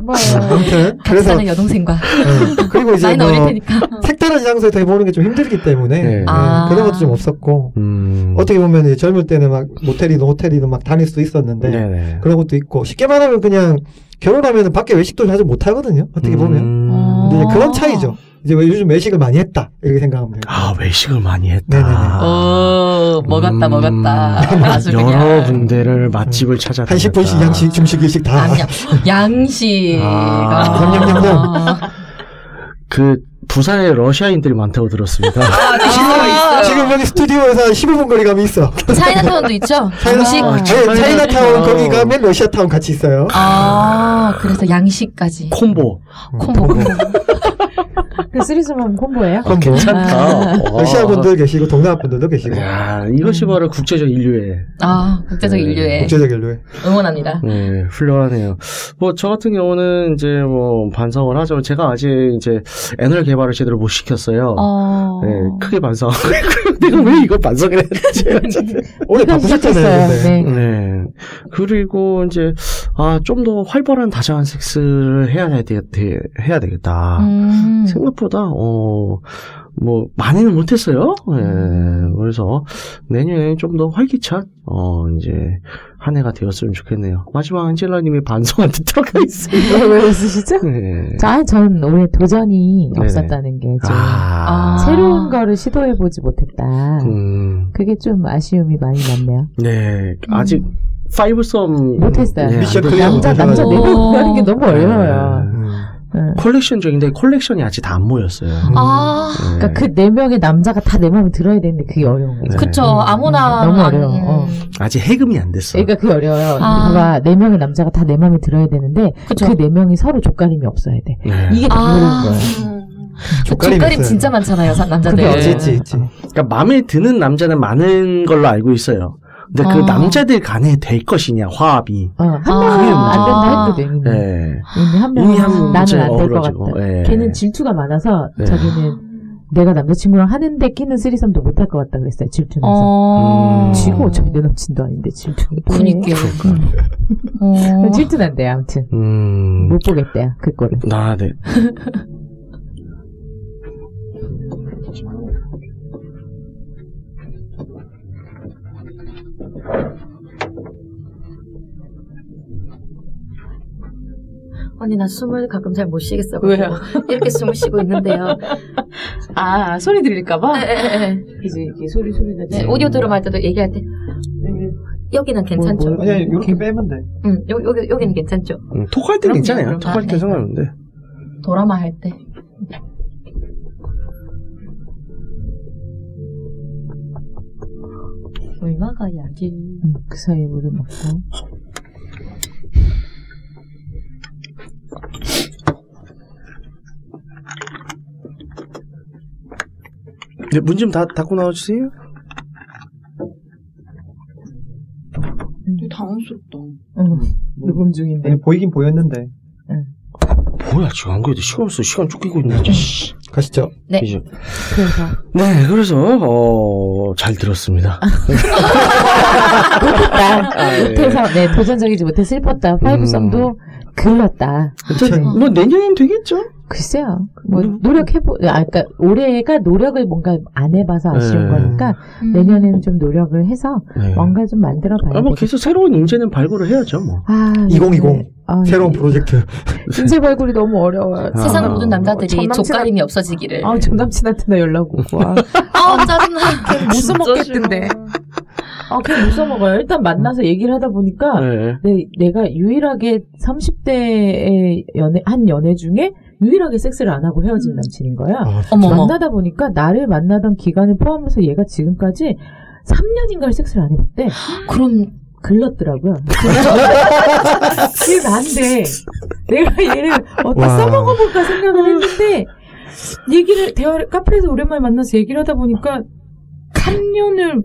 [SPEAKER 5] 뭐, 아무튼 그래서
[SPEAKER 6] 각사는 여동생과.
[SPEAKER 5] 예. 그리고 이제
[SPEAKER 6] 나이는 어릴
[SPEAKER 5] 뭐
[SPEAKER 6] 테니까.
[SPEAKER 5] 색다른 장소에서 해보는 게 좀 힘들기 때문에
[SPEAKER 2] 네.
[SPEAKER 5] 예,
[SPEAKER 6] 아.
[SPEAKER 5] 그런 것도 좀 없었고
[SPEAKER 2] 음.
[SPEAKER 5] 어떻게 보면 이제 젊을 때는 막 모텔이든 호텔이든 막 다닐 수도 있었는데
[SPEAKER 2] 네네.
[SPEAKER 5] 그런 것도 있고 쉽게 말하면 그냥 결혼하면 밖에 외식도 자주 못 하거든요 어떻게 보면
[SPEAKER 2] 음.
[SPEAKER 5] 근데 이제
[SPEAKER 6] 아.
[SPEAKER 5] 그런 차이죠 이제 왜 요즘 외식을 많이 했다 이렇게 생각하면 돼요
[SPEAKER 2] 아, 외식을 많이 했다.
[SPEAKER 5] 네네네.
[SPEAKER 6] 오, 어, 먹었다,
[SPEAKER 2] 음.
[SPEAKER 6] 먹었다. 아주 그냥.
[SPEAKER 2] 여러 군데를 맛집을 찾아.
[SPEAKER 5] 네. 한 10분씩 양식 중식 일식 다
[SPEAKER 6] 아니야. 양식.
[SPEAKER 2] 아.
[SPEAKER 6] 아.
[SPEAKER 5] 냠냠냠냠.
[SPEAKER 2] 그 부산에 러시아인들이 많다고 들었습니다.
[SPEAKER 6] 아.
[SPEAKER 5] 지금 여기 스튜디오에서 한 15분 거리 감이 있어
[SPEAKER 6] 차이나타운도 있죠? 음식.
[SPEAKER 5] 아, 네,
[SPEAKER 2] 차이나- 어.
[SPEAKER 5] 차이나타운 거기 가면 러시아타운 같이 있어요
[SPEAKER 6] 아, 그래서 양식까지.
[SPEAKER 2] 콤보.
[SPEAKER 5] 음.
[SPEAKER 6] 콤보, 콤보.
[SPEAKER 3] 그 쓰리스만 콤보예요?
[SPEAKER 5] 네,
[SPEAKER 2] 아, 괜찮다. 와.
[SPEAKER 5] 러시아 분들 계시고 동남아 분들도 계시고
[SPEAKER 2] 어. 야, 이것이 바로 국제적 인류애.
[SPEAKER 6] 아, 국제적
[SPEAKER 2] 네.
[SPEAKER 6] 인류에
[SPEAKER 5] 국제적 인류에
[SPEAKER 6] 응원합니다.
[SPEAKER 2] 네, 훌륭하네요. 뭐, 저 같은 경우는 이제 뭐, 반성을 하죠. 제가 아직 이제, 애널 개발을 제대로 못 시켰어요.
[SPEAKER 6] 어.
[SPEAKER 2] 네, 크게 반성하고 있고요. 내가 왜 이거 반성을 했는지.
[SPEAKER 5] 올해
[SPEAKER 6] 네.
[SPEAKER 3] 이건
[SPEAKER 5] 바쁘셨잖아요
[SPEAKER 3] 시작했어요.
[SPEAKER 5] 근데. 음.
[SPEAKER 3] 네.
[SPEAKER 2] 네. 그리고 이제, 아, 좀 더 활발한 다자간 아, 섹스를 해야, 되, 되- 해야 되겠다.
[SPEAKER 6] 음.
[SPEAKER 2] 생각보다, 어, 뭐 많이는 못했어요. 예, 그래서 내년에 좀 더 활기찬 어 이제 한 해가 되었으면 좋겠네요. 마지막 안젤라님의 반성한테 들어가 있어요.
[SPEAKER 3] 왜 웃으시죠?
[SPEAKER 5] 네.
[SPEAKER 2] 예.
[SPEAKER 3] 자, 전 올해 도전이
[SPEAKER 2] 네네.
[SPEAKER 3] 없었다는 게 좀.
[SPEAKER 2] 아,
[SPEAKER 6] 아.
[SPEAKER 3] 새로운 거를 시도해보지 못했다.
[SPEAKER 2] 음,
[SPEAKER 3] 그게 좀 아쉬움이 많이 남네요.
[SPEAKER 2] 네 아직 파이브 썸
[SPEAKER 3] 음.
[SPEAKER 2] 예,
[SPEAKER 3] 못했어요.
[SPEAKER 2] 안
[SPEAKER 5] 미션
[SPEAKER 2] 됐-
[SPEAKER 5] 클리어
[SPEAKER 3] 남자, 남자
[SPEAKER 6] 오.
[SPEAKER 3] 네 명 구하는 게 너무
[SPEAKER 5] 네.
[SPEAKER 3] 어려워요.
[SPEAKER 2] 예.
[SPEAKER 3] 응.
[SPEAKER 2] 컬렉션 중인데 collection이 아직 다 안 모였어요.
[SPEAKER 5] 음.
[SPEAKER 6] 아,
[SPEAKER 2] 예.
[SPEAKER 3] 그러니까 그 네 명의 남자가 다 내 마음에 들어야 되는데 그게 어려운 거죠.
[SPEAKER 2] 네.
[SPEAKER 6] 그쵸.
[SPEAKER 3] 음,
[SPEAKER 6] 아무나.
[SPEAKER 3] 너무
[SPEAKER 6] 안-
[SPEAKER 3] 어려워. 어.
[SPEAKER 2] 아직 해금이 안 됐어요.
[SPEAKER 3] 그러니까 그게 어려워요.
[SPEAKER 6] 아.
[SPEAKER 3] 봐봐, 네 명의 남자가 다 내 마음에 들어야 되는데
[SPEAKER 6] 그쵸.
[SPEAKER 3] 그 네 명이 서로 족가림이 없어야 돼.
[SPEAKER 2] 예.
[SPEAKER 3] 이게 다
[SPEAKER 6] 아,
[SPEAKER 3] 어려운 거예요.
[SPEAKER 6] 음.
[SPEAKER 5] 족가림이
[SPEAKER 6] 족가림
[SPEAKER 5] 있어요. 네,
[SPEAKER 6] 진짜 많잖아요, 사- 남자들.
[SPEAKER 3] 그게
[SPEAKER 5] 있지, 있지, 있지.
[SPEAKER 2] 그러니까 마음에 드는 남자는 많은 걸로 알고 있어요. 근데 그
[SPEAKER 6] 아.
[SPEAKER 2] 남자들 간에 될 것이냐 화합이.
[SPEAKER 3] 어, 한
[SPEAKER 6] 아.
[SPEAKER 3] 명은 안 된다 했거든
[SPEAKER 6] 음.
[SPEAKER 3] 이미.
[SPEAKER 2] 예.
[SPEAKER 3] 네. 이미 한
[SPEAKER 2] 이미
[SPEAKER 3] 명은
[SPEAKER 2] 한
[SPEAKER 3] 나는
[SPEAKER 2] 문제가
[SPEAKER 3] 안 될 것 같다.
[SPEAKER 2] 어우러지고, 예.
[SPEAKER 3] 걔는 질투가 많아서
[SPEAKER 2] 네.
[SPEAKER 3] 저기는 내가 남자친구랑 하는데 끼는 쓰리썸도 못 할 것 같다 그랬어요. 질투나서.
[SPEAKER 6] 어.
[SPEAKER 2] 음.
[SPEAKER 3] 지고 어차피 내 남친도 아닌데 질투.
[SPEAKER 6] 분위기요. 어.
[SPEAKER 3] 질투난대 요 아무튼
[SPEAKER 2] 음.
[SPEAKER 3] 못 보겠대요 그 꼴은.
[SPEAKER 2] 나 네.
[SPEAKER 1] 언니 나 숨을 가끔 잘 못 쉬겠어.
[SPEAKER 6] 왜요?
[SPEAKER 1] 이렇게 숨을 쉬고 있는데요.
[SPEAKER 3] 아 소리 들릴까봐.
[SPEAKER 1] 에, 에, 에.
[SPEAKER 3] 이제 이게 소리 소리 나.
[SPEAKER 1] 네, 오디오 들어갈 때도 얘기할 때 여기는 괜찮죠?
[SPEAKER 3] 뭘, 뭘.
[SPEAKER 5] 뭐, 아니, 이렇게 빼면 돼.
[SPEAKER 1] 응, 요, 여기 여기는 괜찮죠?
[SPEAKER 2] 음, 톡할 때는
[SPEAKER 6] 그럼요,
[SPEAKER 2] 괜찮아요.
[SPEAKER 6] 그럼요.
[SPEAKER 2] 톡할 때
[SPEAKER 6] 아,
[SPEAKER 2] 상관없는데.
[SPEAKER 6] 도라마 할 때. 얼마가 야지?
[SPEAKER 3] 그 사이에 물을 먹고.
[SPEAKER 2] 네, 문 좀 다 닫고 나와주세요.
[SPEAKER 4] 되게 당황스럽다.
[SPEAKER 3] 응. 녹음 중인데.
[SPEAKER 5] 아니, 보이긴 보였는데.
[SPEAKER 2] 뭐야 지금 안 그래도 시간 없어 시간 쫓기고 있네. 진짜, 씨.
[SPEAKER 5] 가시죠.
[SPEAKER 6] 네.
[SPEAKER 2] 이제.
[SPEAKER 3] 그래서
[SPEAKER 2] 네, 그래서 어, 잘 들었습니다. 아, 예.
[SPEAKER 3] 못해서 네 도전적이지 못해 슬펐다. 파이브썸도
[SPEAKER 2] 음.
[SPEAKER 3] 글렀다.
[SPEAKER 2] 일단 뭐 내년엔 되겠죠.
[SPEAKER 3] 글쎄요. 뭐
[SPEAKER 2] 음.
[SPEAKER 3] 노력해보. 아 그러니까 올해가 노력을 뭔가 안 해봐서 아쉬운
[SPEAKER 2] 네.
[SPEAKER 3] 거니까
[SPEAKER 6] 음.
[SPEAKER 3] 내년에는 좀 노력을 해서
[SPEAKER 2] 네.
[SPEAKER 3] 뭔가 좀 만들어 봐야
[SPEAKER 2] 아, 뭐
[SPEAKER 3] 돼.
[SPEAKER 2] 계속 새로운 인재는 발굴을 해야죠 뭐.
[SPEAKER 3] 아,
[SPEAKER 5] 2020
[SPEAKER 3] 요즘에- 아,
[SPEAKER 5] 새로운 프로젝트.
[SPEAKER 3] 인쇄 발굴이 너무 어려워요.
[SPEAKER 2] 아.
[SPEAKER 6] 세상 모든
[SPEAKER 1] 어,
[SPEAKER 6] 남자들이
[SPEAKER 3] 전남친한-
[SPEAKER 6] 족가림이 없어지기를.
[SPEAKER 3] 아, 전 남친한테 나 연락 오고. 아,
[SPEAKER 1] 어,
[SPEAKER 6] 아, 짜증나.
[SPEAKER 3] 못 써먹겠던데. 아, 그냥 못 써먹어요. 일단 만나서 얘기를 하다
[SPEAKER 6] 아.
[SPEAKER 3] 보니까
[SPEAKER 2] 네.
[SPEAKER 3] 내, 내가 유일하게 30대의 연애, 한 연애 중에 유일하게 섹스를 안 하고 헤어진
[SPEAKER 6] 음.
[SPEAKER 3] 남친인 거야.
[SPEAKER 2] 아,
[SPEAKER 6] 어머, 어머.
[SPEAKER 3] 만나다 보니까 나를 만나던 기간을 포함해서 얘가 지금까지 3년인가를 섹스를 안 해봤대.
[SPEAKER 6] 그럼,
[SPEAKER 3] 글렀더라고요. 아, 그게 난데 내가 얘를 어디다
[SPEAKER 5] 와.
[SPEAKER 3] 써먹어볼까 생각을 했는데 얘기를 대화를 카페에서 오랜만에 만나서 얘기를 하다 보니까 3년을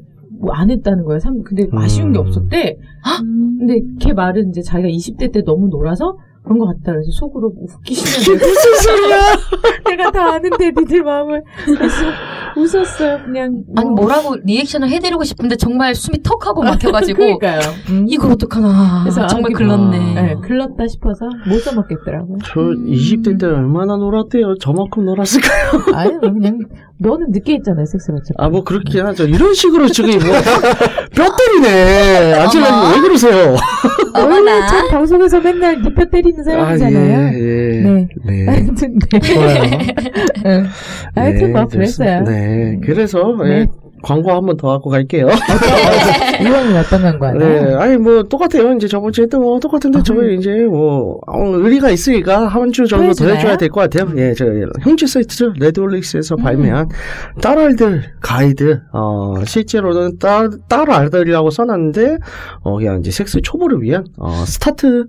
[SPEAKER 3] 안 했다는 거예요. 삼- 근데 아쉬운 게
[SPEAKER 2] 음.
[SPEAKER 3] 없었대.
[SPEAKER 6] 음.
[SPEAKER 3] 근데 걔 말은 이제 자기가 20대 때 너무 놀아서 그런 것 같다. 그래서 속으로 웃기시는 무슨 소리야? 내가 다 아는데 니들 마음을 그래서 웃었어요. 그냥
[SPEAKER 6] 아니, 뭐라고 리액션을 해드리고 싶은데 정말 숨이 턱 하고 막혀가지고.
[SPEAKER 3] 그러니까요. 음.
[SPEAKER 6] 이걸 어떡하나.
[SPEAKER 3] 그래서
[SPEAKER 6] 정말
[SPEAKER 3] 아무리-
[SPEAKER 6] 글렀네.
[SPEAKER 3] 네, 글렀다 싶어서 못 써먹겠더라고요.
[SPEAKER 2] 저
[SPEAKER 6] 음.
[SPEAKER 2] 20대 때 얼마나 놀았대요. 저만큼 놀았을까?
[SPEAKER 3] 아유, 그냥, 너는 늦게 했잖아요, 섹스를. 어차피.
[SPEAKER 2] 아, 뭐, 그렇긴 하죠. 이런 식으로 지금 뭐, 뼈 때리네. 안젤라님, 왜 그러세요?
[SPEAKER 3] 원래 참 방송에서 맨날 니뼈 때리는 사람이잖아요.
[SPEAKER 2] 예.
[SPEAKER 3] 네.
[SPEAKER 2] 네.
[SPEAKER 3] 하여튼, 네. 응. 네. 하여튼, 뭐, 그랬어요.
[SPEAKER 2] 됐습니다. 네. 그래서, 예,
[SPEAKER 3] 네.
[SPEAKER 2] 광고 한 번 더 하고 갈게요.
[SPEAKER 3] 이왕이 어떤 건거 아니에요?
[SPEAKER 2] 네. 아니, 뭐, 똑같아요. 이제 저번 주에 했던 거 똑같은데, 저희 이제 뭐, 어, 의리가 있으니까 한 주 정도 더
[SPEAKER 3] 보여주나요?
[SPEAKER 2] 해줘야 될 것 같아요. 예, 저, 형제 사이트죠. 레드올릭스에서 발매한 딸아이들 가이드, 어, 실제로는 딸, 딸아이들이라고 써놨는데, 어, 그냥 이제 섹스 초보를 위한, 어, 스타트,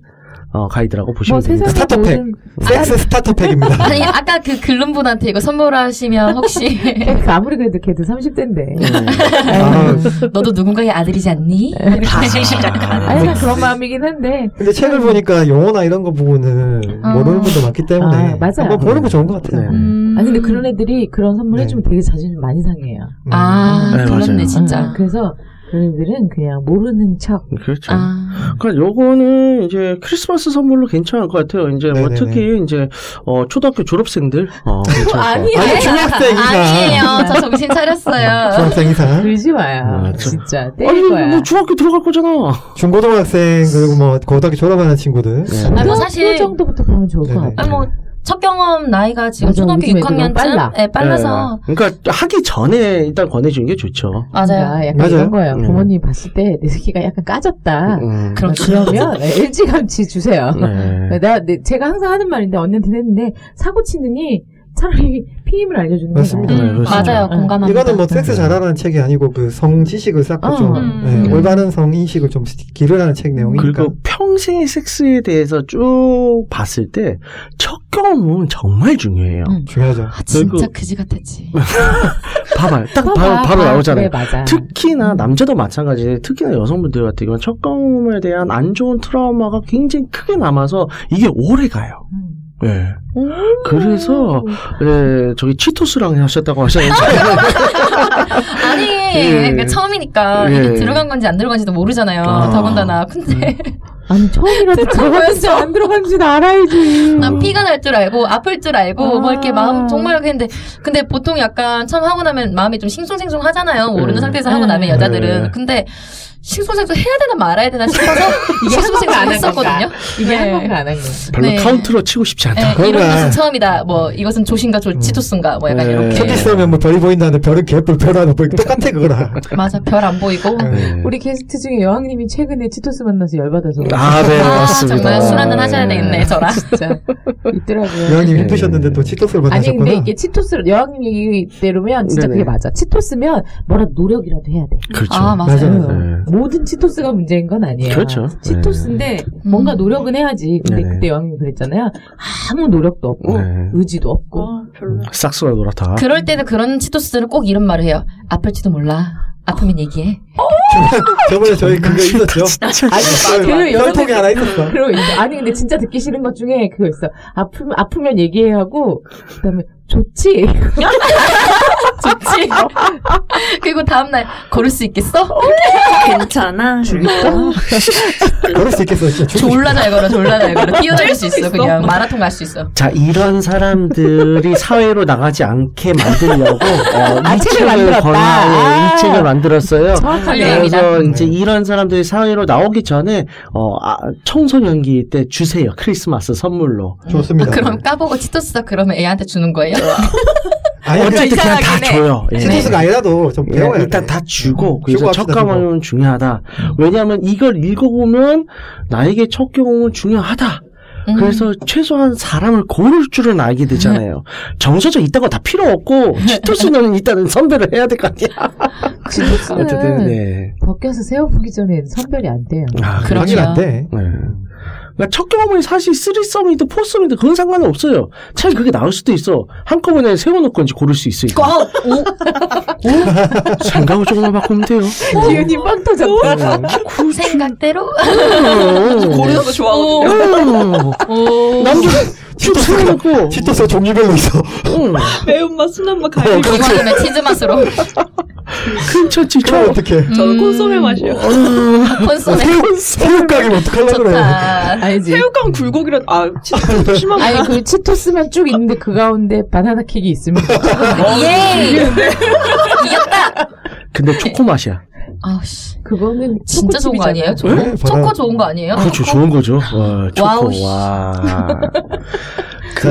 [SPEAKER 2] 어, 가이드라고
[SPEAKER 3] 뭐,
[SPEAKER 2] 보시면
[SPEAKER 3] 세상에
[SPEAKER 2] 됩니다.
[SPEAKER 5] 스타터팩.
[SPEAKER 3] 모든,
[SPEAKER 5] 섹스 스타터팩입니다.
[SPEAKER 6] 아니, 아까 그 글른 분한테 이거 선물하시면 혹시
[SPEAKER 3] 걔가 아무리 그래도 걔도
[SPEAKER 2] 음,
[SPEAKER 3] 30대인데.
[SPEAKER 5] 아,
[SPEAKER 6] 너도 누군가의 아들이지 않니?
[SPEAKER 3] 네.
[SPEAKER 6] 다시 시작하는.
[SPEAKER 3] 아니,
[SPEAKER 2] 네.
[SPEAKER 3] 난 그런 마음이긴 한데.
[SPEAKER 5] 근데 책을 보니까 용어나 이런 거 부분을 모르는 분도 많기 때문에
[SPEAKER 3] 아, 맞아요.
[SPEAKER 5] 한번 보는 거 좋은 것 같아요.
[SPEAKER 2] 네.
[SPEAKER 6] 음.
[SPEAKER 3] 아니, 근데 그런 애들이 그런 선물
[SPEAKER 5] 네.
[SPEAKER 3] 해주면 되게 자신을 많이 상해요.
[SPEAKER 5] 음.
[SPEAKER 6] 아,
[SPEAKER 2] 네,
[SPEAKER 6] 그렇네,
[SPEAKER 2] 맞아요.
[SPEAKER 6] 진짜.
[SPEAKER 3] 응, 그래서 본인들은 그냥 모르는 척.
[SPEAKER 2] 그렇죠.
[SPEAKER 6] 아,
[SPEAKER 2] 그러니까 요거는 이제 크리스마스 선물로 괜찮을 것 같아요. 이제 뭐
[SPEAKER 5] 네네네.
[SPEAKER 2] 특히 이제 어 초등학교 졸업생들 어 괜찮을
[SPEAKER 6] 아니에요.
[SPEAKER 2] 것 같아요.
[SPEAKER 5] 중학생 이상.
[SPEAKER 6] 아니에요.
[SPEAKER 3] 네.
[SPEAKER 6] 저 정신 차렸어요.
[SPEAKER 5] 음. 중학생 이상
[SPEAKER 3] 그러지 마요.
[SPEAKER 2] 아, 저-
[SPEAKER 3] 진짜
[SPEAKER 2] 아니
[SPEAKER 3] 때릴 거야.
[SPEAKER 2] 뭐 중학교 들어갈 거잖아.
[SPEAKER 5] 중고등학생 그리고 뭐 고등학교 졸업하는 친구들
[SPEAKER 6] 아니, 뭐
[SPEAKER 3] 그
[SPEAKER 6] 사실-
[SPEAKER 3] 정도부터 보면 좋을 것
[SPEAKER 5] 네네.
[SPEAKER 3] 같아요.
[SPEAKER 6] 아니 뭐 첫 경험 나이가 지금
[SPEAKER 3] 맞아,
[SPEAKER 6] 초등학교
[SPEAKER 3] 요즘 애들은
[SPEAKER 6] 6학년쯤
[SPEAKER 3] 빨라.
[SPEAKER 6] 예, 빨라서
[SPEAKER 2] 예. 그러니까 하기 전에 일단 권해주는 게 좋죠.
[SPEAKER 6] 맞아요.
[SPEAKER 3] 약간
[SPEAKER 5] 맞아요.
[SPEAKER 3] 이런 거예요.
[SPEAKER 2] 음.
[SPEAKER 3] 부모님 봤을 때 내 새끼가 약간 까졌다.
[SPEAKER 2] 음.
[SPEAKER 6] 그렇죠.
[SPEAKER 3] 그러면 네, 일찌감치 주세요.
[SPEAKER 2] 네.
[SPEAKER 3] 나 내- 제가 항상 하는 말인데 언니한테 했는데 사고 치느니 차라리 피임을 알려주는 게
[SPEAKER 5] 맞습니다.
[SPEAKER 3] 나아요.
[SPEAKER 2] 네,
[SPEAKER 6] 음,
[SPEAKER 2] 그렇습니다.
[SPEAKER 6] 맞아요.
[SPEAKER 3] 네.
[SPEAKER 6] 공감합니다.
[SPEAKER 5] 이거는 뭐 섹스 잘하라는 책이 아니고 그 성 지식을 쌓고
[SPEAKER 3] 어.
[SPEAKER 5] 좀
[SPEAKER 6] 음.
[SPEAKER 5] 예, 올바른 성 인식을 좀 기르라는 책 내용이니까
[SPEAKER 2] 그리고 평생의 섹스에 대해서 쭉 봤을 때 첫 경험은 정말 중요해요.
[SPEAKER 3] 음.
[SPEAKER 5] 중요하죠.
[SPEAKER 6] 아, 진짜
[SPEAKER 2] 그리고-
[SPEAKER 6] 그지 같았지.
[SPEAKER 2] 봐봐요. 딱
[SPEAKER 3] 봐봐,
[SPEAKER 2] 그 바로,
[SPEAKER 3] 봐.
[SPEAKER 2] 바로
[SPEAKER 3] 음.
[SPEAKER 2] 나오잖아요.
[SPEAKER 3] 그래, 맞아.
[SPEAKER 2] 특히나 남자도 마찬가지인데 특히나 여성분들 같은 경우는 첫 경험에 대한 안 좋은 트라우마가 굉장히 크게 남아서 이게 오래 가요.
[SPEAKER 3] 음.
[SPEAKER 2] 예. 그래서 예, 저기 치토스랑 하셨다고 하셨는데
[SPEAKER 6] 아니,
[SPEAKER 2] 예.
[SPEAKER 6] 그러니까 처음이니까
[SPEAKER 2] 예.
[SPEAKER 6] 이게 들어간 건지 안 들어간지도 모르잖아요.
[SPEAKER 2] 아. 음.
[SPEAKER 6] 더군다나 근데
[SPEAKER 3] 아니 처음이라도 들어갔는지 안 들어갔는지는 알아야지.
[SPEAKER 6] 난 피가 날 줄 알고 아플 줄 알고
[SPEAKER 3] 아.
[SPEAKER 6] 뭐 이렇게 마음 정말 했는데 근데 보통 약간 처음 하고 나면 마음이 좀 싱숭생숭하잖아요. 모르는
[SPEAKER 2] 네.
[SPEAKER 6] 상태에서 하고 나면
[SPEAKER 3] 네.
[SPEAKER 2] 예.
[SPEAKER 6] 여자들은 근데 싱숭생숭 해야 되나 말아야 되나 싶어서
[SPEAKER 3] 이게
[SPEAKER 6] 싱숭생숭
[SPEAKER 3] 한 번도 안
[SPEAKER 6] 했었거든요.
[SPEAKER 3] 이게
[SPEAKER 6] 네.
[SPEAKER 3] 한 번도 안한 거야.
[SPEAKER 2] 별로
[SPEAKER 6] 네.
[SPEAKER 2] 카운트로 치고 싶지 않다.
[SPEAKER 6] 예, 이런
[SPEAKER 5] 그러네.
[SPEAKER 6] 것은 처음이다. 뭐 이것은 조신가 조, 치토스인가 뭐 약간
[SPEAKER 2] 네.
[SPEAKER 5] 첫
[SPEAKER 6] 이렇게
[SPEAKER 2] 네.
[SPEAKER 5] 키스하면 뭐 별이 보인다는데 별은 개뿔 별 하나 보이고 똑같아 그거랑.
[SPEAKER 6] 맞아 별 안 보이고
[SPEAKER 2] 네.
[SPEAKER 3] 우리 게스트 중에 여왕님이 최근에 치토스 만나서 열받아서
[SPEAKER 2] 아, 네,
[SPEAKER 6] 아,
[SPEAKER 2] 맞습니다. 예.
[SPEAKER 6] 정말 술 한잔 하셔야 되겠네 저랑.
[SPEAKER 3] 진짜 있더라고요.
[SPEAKER 5] 여왕님
[SPEAKER 2] 네.
[SPEAKER 5] 힘드셨는데 또 치토스를
[SPEAKER 3] 아니
[SPEAKER 5] 만나셨구나.
[SPEAKER 3] 근데 이게 치토스 여왕님 얘기대로면 진짜
[SPEAKER 2] 네네.
[SPEAKER 3] 그게 맞아. 치토스면 뭐라도 노력이라도 해야 돼.
[SPEAKER 2] 그렇죠.
[SPEAKER 6] 아 맞아요.
[SPEAKER 5] 맞아요.
[SPEAKER 2] 네.
[SPEAKER 3] 모든 치토스가 문제인 건 아니에요.
[SPEAKER 2] 그렇죠. 네.
[SPEAKER 3] 치토스인데 뭔가
[SPEAKER 6] 음.
[SPEAKER 3] 노력은 해야지. 근데
[SPEAKER 2] 네네.
[SPEAKER 3] 그때 여왕님 그랬잖아요. 아무 노력도 없고
[SPEAKER 2] 네.
[SPEAKER 3] 의지도
[SPEAKER 6] 어.
[SPEAKER 3] 없고
[SPEAKER 4] 아, 별로.
[SPEAKER 2] 싹스가 놀았다.
[SPEAKER 6] 그럴 때는 그런 치토스들은 꼭 이런 말을 해요. 아플지도 몰라. 아프면 얘기해.
[SPEAKER 5] 저번에 저희 그거 있었죠.
[SPEAKER 3] 아니, 그
[SPEAKER 5] 아니
[SPEAKER 3] 여러
[SPEAKER 5] 열통이 하나 있었어.
[SPEAKER 3] 그리고 이제 아니 근데 진짜 듣기 싫은 것 중에 그거 있어. 아프면 아프면 얘기해 하고 그다음에 좋지.
[SPEAKER 6] 좋지. 그리고 다음날 걸을 수 있겠어?
[SPEAKER 4] 괜찮아.
[SPEAKER 6] 어.
[SPEAKER 4] 죽겠다.
[SPEAKER 5] 그럴 수 있겠어 진짜. 죽고 싶다.
[SPEAKER 6] 졸라 잘 걸어, 졸라 잘 걸어. 뛰어다닐 수 있어, 그냥. 마라톤 갈 수 있어.
[SPEAKER 2] 자, 이런 사람들이 사회로 나가지 않게 만들려고 어,
[SPEAKER 3] 아,
[SPEAKER 2] 이
[SPEAKER 3] 책을
[SPEAKER 2] 책을
[SPEAKER 3] 만들었다.
[SPEAKER 2] 권하, 예,
[SPEAKER 3] 아.
[SPEAKER 2] 이 책을 만들었어요.
[SPEAKER 6] 훌륭합니다.
[SPEAKER 3] 정확하게.
[SPEAKER 2] 그래서
[SPEAKER 5] 네.
[SPEAKER 2] 이제 이런 사람들이 사회로 나오기 전에 어 아, 청소년기 때 주세요 크리스마스 선물로
[SPEAKER 5] 좋습니다.
[SPEAKER 6] 어, 아, 그럼 까보고 치토스다 그러면 애한테 주는 거예요?
[SPEAKER 5] 아니
[SPEAKER 2] 어쨌든
[SPEAKER 5] 근데
[SPEAKER 2] 그냥 다
[SPEAKER 6] 이상하긴 해. 네.
[SPEAKER 2] 줘요. 예.
[SPEAKER 5] 치토스가 아니라도 좀
[SPEAKER 2] 예,
[SPEAKER 5] 배워야
[SPEAKER 2] 일단
[SPEAKER 5] 돼. 음.
[SPEAKER 2] 다 주고
[SPEAKER 5] 주고
[SPEAKER 2] 그래서 첫
[SPEAKER 5] 합시다, 주고.
[SPEAKER 2] 경험은 중요하다.
[SPEAKER 5] 음.
[SPEAKER 2] 왜냐하면 이걸 읽어보면 나에게 첫 경험은 중요하다.
[SPEAKER 6] 음.
[SPEAKER 2] 그래서 최소한 사람을 고를 줄은 알게 되잖아요. 정서적 이딴 거 다 필요 없고 치토스는 일단은 선별을 해야 될 거 아니야. 어쨌든
[SPEAKER 3] 치토스는
[SPEAKER 2] 네.
[SPEAKER 3] 벗겨서 세워보기 전엔 선별이 안 돼요.
[SPEAKER 2] 아, 그래.
[SPEAKER 3] 그렇죠.
[SPEAKER 5] 당연히 안 돼.
[SPEAKER 2] 네. 그러니까 첫 경험은 사실 쓰리썸이든 포썸이든 그건 상관은 없어요. 차라리 그게 나을 수도 있어. 한꺼번에 세워놓고 이제 고를 수 있으니까. 어?
[SPEAKER 6] 어, 오,
[SPEAKER 2] 생각을 조금만 바꾸면 돼요. 네.
[SPEAKER 3] 기운이 빵 터졌다.
[SPEAKER 6] 생각대로?
[SPEAKER 2] 고르는
[SPEAKER 4] 그래서 좋아하거든요.
[SPEAKER 2] 어. 남자 쭉 세워놓고.
[SPEAKER 5] 치토스 종류별로 있어.
[SPEAKER 2] 응.
[SPEAKER 4] 매운맛, 순한맛,
[SPEAKER 2] 어,
[SPEAKER 4] 갈비.
[SPEAKER 6] 이거는 치즈 맛으로.
[SPEAKER 2] 괜찮지,
[SPEAKER 5] 그럼
[SPEAKER 2] 저.
[SPEAKER 5] 어떡해.
[SPEAKER 4] 저는
[SPEAKER 6] 음.
[SPEAKER 4] 콘소메
[SPEAKER 2] 어,
[SPEAKER 4] 맛이요.
[SPEAKER 6] 콘소메.
[SPEAKER 5] 새우 새우깡이면 어떡하려고 어, 그래.
[SPEAKER 6] 좋다.
[SPEAKER 3] 알지.
[SPEAKER 4] 새우깡 굴고기란, 아, 진짜 좀 심한
[SPEAKER 3] 아니 그 치토스만 쭉 있는데 그 가운데 바나나 킥이 있으면
[SPEAKER 6] 예!
[SPEAKER 2] 근데 초코 맛이야.
[SPEAKER 6] 아씨.
[SPEAKER 3] 그거는
[SPEAKER 6] 진짜 좋은 거 아니에요?
[SPEAKER 3] 초코칩이잖아요.
[SPEAKER 6] 초코,
[SPEAKER 5] 네, 바다-
[SPEAKER 6] 초코 좋은 거 아니에요?
[SPEAKER 2] 그렇죠,
[SPEAKER 6] 어? 초코?
[SPEAKER 2] 좋은 거죠. 와, 초코,
[SPEAKER 6] 와우, 씨.
[SPEAKER 2] 와.
[SPEAKER 5] 자,